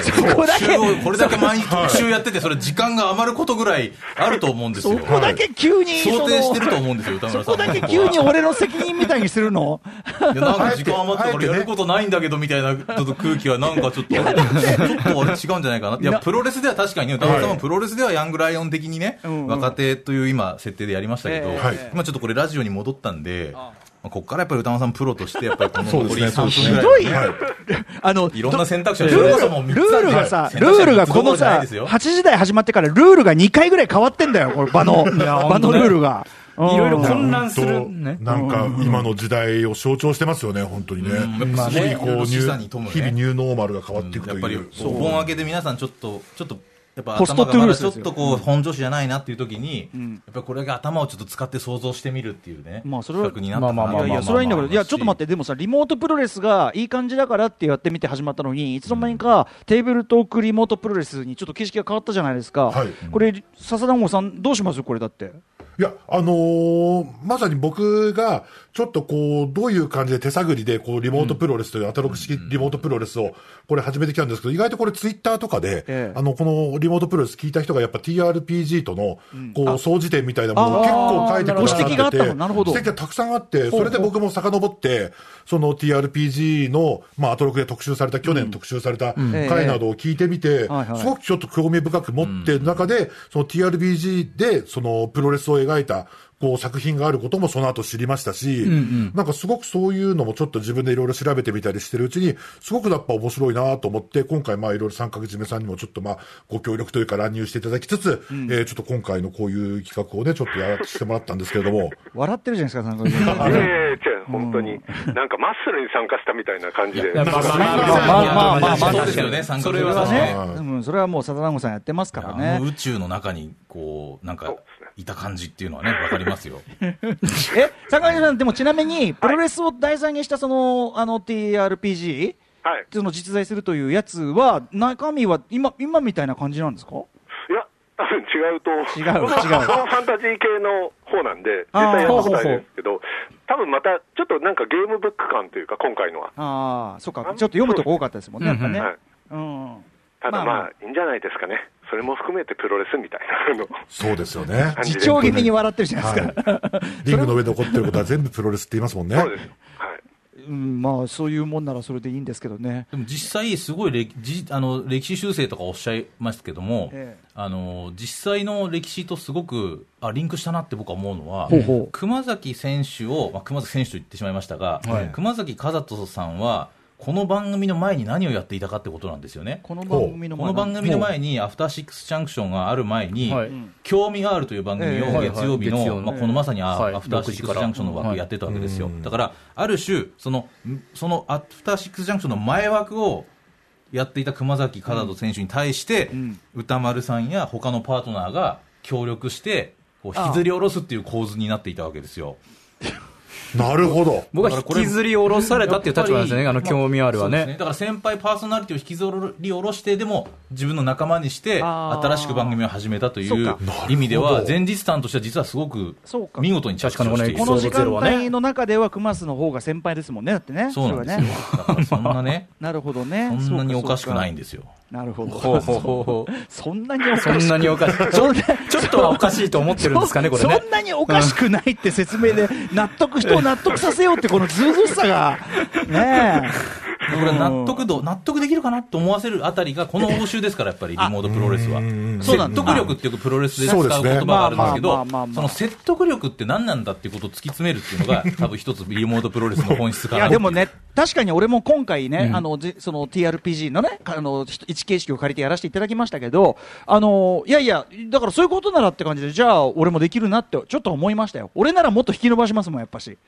Speaker 3: そこだけ、
Speaker 6: 週をこれだけ毎日特集やっててそれ時間が余ることぐらいあると思うんです
Speaker 3: そ
Speaker 6: よ
Speaker 3: こだけ急に、
Speaker 6: 想定してると
Speaker 3: う
Speaker 6: 思うんですよ歌
Speaker 3: そ
Speaker 6: 丸さん
Speaker 3: こだけ急に俺の責任みたいにするの
Speaker 6: いやなんか時間余ったからやることないんだけどみたいなちょっと空気はなんかちょっと、ちょっとあれ違うんじゃないかな。いや、プロレスでは確かにね、歌丸さんもプロレスではヤングライオン的にね、
Speaker 3: んうん
Speaker 6: 若手という今、設定でやりましたけど、
Speaker 3: ええ
Speaker 4: はい
Speaker 6: 今ちょっとこれラジオに戻ったんで、まあ、こっからやっぱり歌丸さんプロとして、やっぱりこの
Speaker 4: そうで
Speaker 6: 残
Speaker 4: す
Speaker 6: り
Speaker 4: ね、そう
Speaker 6: 3
Speaker 4: ですね。
Speaker 6: 分ぐ
Speaker 3: ど
Speaker 6: ら
Speaker 3: う
Speaker 6: い。
Speaker 3: いう
Speaker 4: はい
Speaker 3: あの
Speaker 6: いろんな選択肢が
Speaker 3: ルール
Speaker 6: そもそも三つ
Speaker 3: ルールがさ、ルールがこのさ、8時台始まってからルールが2回ぐらい変わってんだよ、これ場の、場のルールが。い
Speaker 7: いろいろ
Speaker 3: こ
Speaker 7: 混乱するね
Speaker 4: 本当なんか今の時代を象徴してますよね、本当にね。
Speaker 6: まあね
Speaker 4: 日々こうニ
Speaker 6: 資
Speaker 4: ュ
Speaker 6: 産に富む
Speaker 4: ー、日
Speaker 6: ね
Speaker 4: 々ニューノーマルが変わっていく
Speaker 6: や
Speaker 4: と
Speaker 6: っぱり
Speaker 4: いう。
Speaker 6: お盆明けで皆さんちょっとちょっとやっぱ
Speaker 3: ホスト
Speaker 6: 頭
Speaker 3: ト
Speaker 6: が
Speaker 3: ゥ
Speaker 6: ま
Speaker 3: ールス
Speaker 6: だち
Speaker 3: で
Speaker 6: ょっ
Speaker 3: すよ
Speaker 6: とこう本調子じゃないなっていう時に、やっぱりこれが頭をちょっと使って想像してみるっていうね、
Speaker 3: まあそれは
Speaker 6: 企画になったかな
Speaker 3: まあいや、それはいいんだけど、いや、ちょっと待って、でもさ、リモートプロレスがいい感じだからってやってみて始まったのに、いつの間にかテーブルトークリモートプロレスにちょっと景色が変わったじゃないですか、
Speaker 4: はい
Speaker 3: これ、笹団子さん、どうしますこれだって。
Speaker 4: いや、あのーまさに僕が、ちょっとこう、どういう感じで手探りで、こう、リモートプロレスという、アタロック式リモートプロレスを、これ始めてきたんですけど、意外とこれツイッターとかで、
Speaker 3: ええ
Speaker 4: あの、このリモートプロレス聞いた人が、やっぱ TRPG との、こう、総辞典みたいなものを結構書いてくださってて、
Speaker 3: ご指摘があったのなるほど
Speaker 4: 指摘がたくさんあって、それで僕も遡って、その TRPG の、まあ、アトロクで特集された、去年特集された回などを聞いてみて、
Speaker 3: はいはい
Speaker 4: すごくちょっと興味深く持ってる中で、その TRBG で、そのプロレスを描いた、こう作品があることもその後知りましたし、なんかすごくそういうのもちょっと自分でいろいろ調べてみたりしてるうちに、すごくやっぱ面白いなと思って、今回まあいろいろ三角締めさんにもちょっとまあご協力というか乱入していただきつつ、えーちょっと今回のこういう企画をね、ちょっとやらせてもらったんですけれども、
Speaker 3: 笑ってるじゃないですか、笹団子さん。
Speaker 4: あれ
Speaker 5: ええじゃあ本当に、なんかマッスルに参加したみたいな感じで。
Speaker 7: まあまあまあ
Speaker 6: まあまあまあまあ
Speaker 3: まあ
Speaker 6: そうですよね参加
Speaker 7: それは
Speaker 6: ね
Speaker 3: ね、うん、それはもう笹団子さんやってますから
Speaker 6: あの
Speaker 3: ね。
Speaker 6: 宇宙の中にこうなんかいた感じっていうのはねわかりますよ
Speaker 3: え、坂上さん、でもちなみに、プロレスを題材にしたその、あの TRPG?
Speaker 5: はい
Speaker 3: その実在するというやつは、中身は今、今みたいな感じなんですか
Speaker 5: いや、多分違うと、
Speaker 3: 違う違う
Speaker 5: 僕は僕はファンタジー系の方なんで、絶対やったことないですけど、多分また、ちょっとなんかゲームブック感というか、今回のは。
Speaker 3: ああ、そうか、ちょっと読むとこ多かったですもんね、やっぱね。
Speaker 5: はい
Speaker 3: うん。
Speaker 5: た
Speaker 3: まあま
Speaker 5: だまあ、いいんじゃないですかね。それも含めてプロレスみたいな
Speaker 3: <laughs>
Speaker 5: あの
Speaker 4: そうですよね。
Speaker 5: 感じ
Speaker 3: 自
Speaker 5: で。
Speaker 3: 重気味に笑ってるじゃないですか。
Speaker 4: はい、リングの上で起こってることは全部プロレスって言いますもんね。
Speaker 5: そうです。はい。
Speaker 3: <laughs> うん、まあ、そういうもんならそれでいいんですけどね。
Speaker 6: でも実際すごい歴じあの歴史修正とかおっしゃいますけども、
Speaker 3: ええ
Speaker 6: あの実際の歴史とすごくあリンクしたなって僕は思うのは
Speaker 3: ほうほう
Speaker 6: 熊崎選手を、まあ、熊崎選手と言ってしまいましたが、熊崎和人さんはこの番組の前に何をやっていたかってことなんですよね。
Speaker 3: この番組の
Speaker 6: この番組の前に、アフターシックスジャンクションがある前に、
Speaker 7: はい
Speaker 6: 興味があるという番組
Speaker 3: ええ
Speaker 6: を月曜日の、
Speaker 7: はいはい月曜の
Speaker 6: まあ、このまさにア,、
Speaker 7: はい
Speaker 6: アフターシックスジャンクションの枠やってたわけですよ、
Speaker 4: うん
Speaker 6: だから、ある種その、そのアフターシックスジャンクションの前枠をやっていた熊崎和人選手に対して、歌丸さんや他のパートナーが協力して、こう引きずり下ろすっていう構図になっていたわけですよ。
Speaker 4: なるほど。
Speaker 7: 僕は引きずり下ろされたっていう立場なんですよね、
Speaker 6: や
Speaker 7: あ
Speaker 6: っ
Speaker 7: の
Speaker 6: ぱり
Speaker 7: 興味あるは
Speaker 6: そうです
Speaker 7: ね。
Speaker 6: だから先輩パーソナリティを引きずり下ろしてでも自分の仲間にして
Speaker 3: あー
Speaker 6: 新しく番組を始めたとい
Speaker 3: そう
Speaker 6: う
Speaker 3: か
Speaker 6: 意味で
Speaker 4: なるほ
Speaker 6: は
Speaker 4: ど
Speaker 6: 前日談としては実はすごく
Speaker 3: そうか
Speaker 6: 見事に着地をしている
Speaker 7: 確かにエ
Speaker 3: この時
Speaker 7: ピソードゼ
Speaker 3: 間
Speaker 7: ロはね
Speaker 3: 帯の中では、熊須の方が先輩ですもんね、だってね。
Speaker 6: そうなんです
Speaker 3: れは
Speaker 6: よ
Speaker 3: ね
Speaker 6: だからそんなね
Speaker 3: なるほどね。
Speaker 6: そんなにおかしくないん
Speaker 3: で。
Speaker 6: ですよ
Speaker 3: なるほど。
Speaker 7: ほうほうほうほう。
Speaker 3: そんなにおかしく
Speaker 7: そんなにおかしい。ちょちょっとはおかしいと思ってるんですかね、これね
Speaker 3: そ。んなにおかしくないって説明で、納得、人を納得させようって、このずうずうしさが、ねえ。
Speaker 6: これ納得度納得できるかなと思わせるあたりがこの応酬ですからやっぱりリモートプロレスは
Speaker 3: そうなんだ
Speaker 6: 説得力っていうプロレスで使う言
Speaker 4: そうです
Speaker 6: 葉
Speaker 4: ね
Speaker 6: があるんですけ
Speaker 3: まあ
Speaker 6: ど
Speaker 3: まあまあまあ
Speaker 6: その説得力って何なんだっていうことを突き詰めるっていうのが多分一つリモートプロレスの本質か
Speaker 3: い
Speaker 6: な
Speaker 3: や
Speaker 6: っ
Speaker 3: で
Speaker 6: ていう
Speaker 3: もね、確かに俺も今回ね、あのじその TRPG のね、かあのひ一形式を借りてやらせていただきましたけど、あのいやいや、だからそういうことならって感じで、じゃあ、俺もできるなって、ちょっと思いましたよ、俺ならもっと引き伸ばしますもん、やっぱし。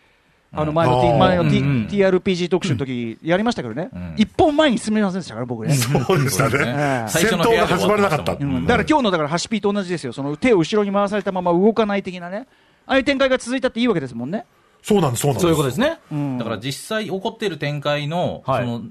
Speaker 3: あの前の T
Speaker 4: あー
Speaker 3: 前の T
Speaker 7: うんうん
Speaker 3: TRPG 特集の時やりましたけどね、
Speaker 6: ん
Speaker 3: 一本前に進めませんでしたから、僕ね。
Speaker 4: そうでした
Speaker 6: そうです
Speaker 4: ね
Speaker 6: ね。
Speaker 4: 戦闘が始まらなかった。
Speaker 3: だ
Speaker 6: う
Speaker 3: から今日のだからハシピーと同じですよ、その手を後ろに回されたまま動かない的なね、ああいう展開が続いたっていいわけですもんね。
Speaker 4: そうなんです、そうなんです。
Speaker 7: そういうことですね。
Speaker 6: だから実際起こっている展開の、
Speaker 7: はい
Speaker 6: その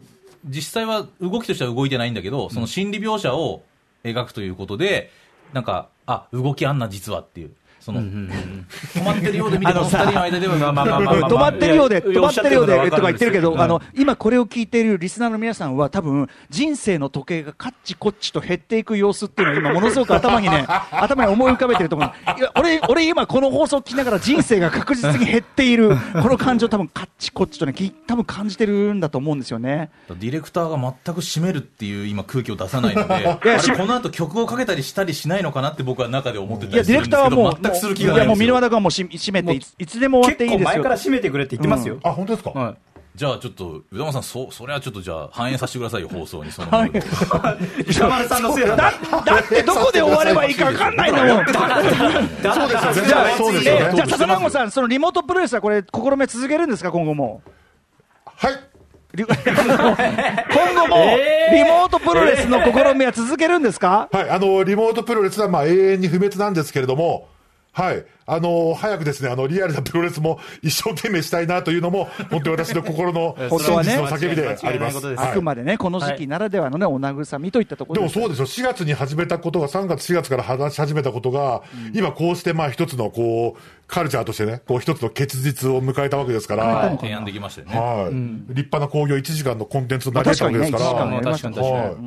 Speaker 6: 実際は動きとしては動いてないんだけど、その心理描写を描くということで、なんか、あ動きあんな、実はっていう、その、止まってるようで見ても、お二人の間では、まあまあまあまあまあ
Speaker 3: 止まってるようで、
Speaker 6: い
Speaker 3: 止
Speaker 6: や
Speaker 3: まってるようで、
Speaker 6: おっしゃ
Speaker 3: とか言ってるけ
Speaker 6: こ
Speaker 3: ど、
Speaker 6: とは
Speaker 3: あ
Speaker 6: わ
Speaker 3: の
Speaker 6: か、
Speaker 3: 今これを聞いているリスナーの皆さんは、多分、人生の時計がカッチコッチと減っていく様子っていうのを今、ものすごく頭に
Speaker 6: <laughs>
Speaker 3: ね、頭に思い浮かべてると思う。いや、俺、俺今この放送を聞きながら人生が確実に減っている、この感情多分カッチコッチとね、き多分感じてるんだと思うんですよね。
Speaker 6: るんですよディレクターが全く締めるっていう今空気を出さないので、あれこの後曲をかけたりしたりしないのかなって僕は中で思って
Speaker 3: い
Speaker 6: た
Speaker 3: や、
Speaker 6: りす
Speaker 3: ディレ
Speaker 6: るんで
Speaker 3: クター
Speaker 6: すけ
Speaker 3: は
Speaker 6: ど、
Speaker 3: もう、
Speaker 6: 全くする気
Speaker 3: い
Speaker 6: がな
Speaker 3: や、
Speaker 6: いん
Speaker 3: もう、
Speaker 6: です
Speaker 3: 箕輪
Speaker 6: よ。
Speaker 3: 田君はもうし締めていつ、いつでも終わって
Speaker 2: 結
Speaker 3: いい
Speaker 2: 構
Speaker 3: です
Speaker 2: 前
Speaker 3: よ
Speaker 2: か。ら締めてくれって言ってますよ。
Speaker 4: あ、本当ですか
Speaker 6: じゃあちょっと、宇多丸さん、そ、それはちょっとじゃあ反映させてくださいよ、放送に。その部分を
Speaker 2: 歌丸さんのせいだ。
Speaker 3: だだってどこで終わればいいか分かんないんだもん。
Speaker 2: そうですよね
Speaker 3: じゃあ、
Speaker 4: そうですよね
Speaker 3: えーじゃあ、笹団子さん、そのリモートプロレスはこれ、試み続けるんですか、今後も。
Speaker 4: はい。
Speaker 3: リ今後も、リモートプロレスの試みは続けるんですか、
Speaker 4: はい、あの、リモートプロレスは、まあ、永遠に不滅なんですけれども、はい。あの、早くですね、あの、リアルなプロレスも一生懸命したいなというのも、本当に私の心の真
Speaker 3: 本当はね
Speaker 4: 実の叫びであります。
Speaker 2: 間違いないことです
Speaker 4: はい
Speaker 3: あくまでね、この時期ならではのね、お慰みといったとこ
Speaker 4: で
Speaker 3: ろ
Speaker 4: も
Speaker 3: です
Speaker 4: そうでしょ、4月に始めたことが、3月、4月から話し始めたことが、今、こうしてまあ一つのこうカルチャーとしてね、こう一つの結実を迎えたわけですから、はい
Speaker 6: 提案できましたよね。
Speaker 4: 立派な興行1時間のコンテンツになり得たわけですか
Speaker 3: 確
Speaker 4: ら、
Speaker 3: かにね
Speaker 4: はい
Speaker 3: 一時間
Speaker 6: も確かに確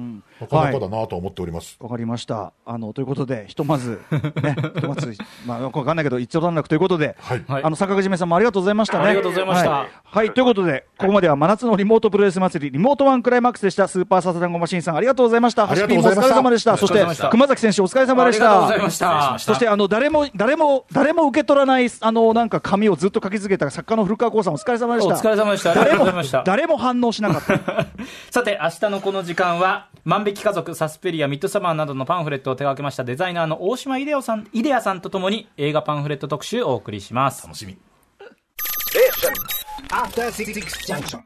Speaker 4: なかなかだなと思っております。
Speaker 3: わかりました。あの、ということで、ひとまず、ね、 <laughs> ひとまず、まあ、よくわかんないけど、一丁段落ということで、
Speaker 4: はい
Speaker 3: あの、坂口めさんもありがとうございましたね。
Speaker 7: ありがとうございました
Speaker 3: はい、はいということで、ここまでは真夏のリモートプロレス祭り、リモートワンクライマックスでした。スーパーササダンゴマシンさん、ありがとうございました。
Speaker 4: ありがとうございま
Speaker 3: ハ
Speaker 4: した
Speaker 3: シピンもお疲れ様でした。そ
Speaker 7: お疲れ様でし
Speaker 3: し、
Speaker 7: てた
Speaker 3: 熊崎選手、お疲れ様
Speaker 7: あ
Speaker 3: で
Speaker 7: り
Speaker 3: し
Speaker 7: がとう
Speaker 3: た
Speaker 7: ござい。まし
Speaker 6: 失礼したまし。た
Speaker 3: そしてあの誰も誰も誰も受け取らないあのなんか紙をずっと書き続けた作家の古川光さんお疲れ様でし
Speaker 7: お
Speaker 3: た。
Speaker 7: 疲れ様でした。ありがとうございました。
Speaker 3: 誰も反応しなかった。
Speaker 7: さて、明日のこの時間は、万引き家族、サスペリア、ミッドサマーなどのパンフレットを手掛けましたデザイナーの大島イデオさん、イデアさんとともに映画パンフレット特集をお送りします。
Speaker 6: 楽しみ。
Speaker 8: After Six Junction.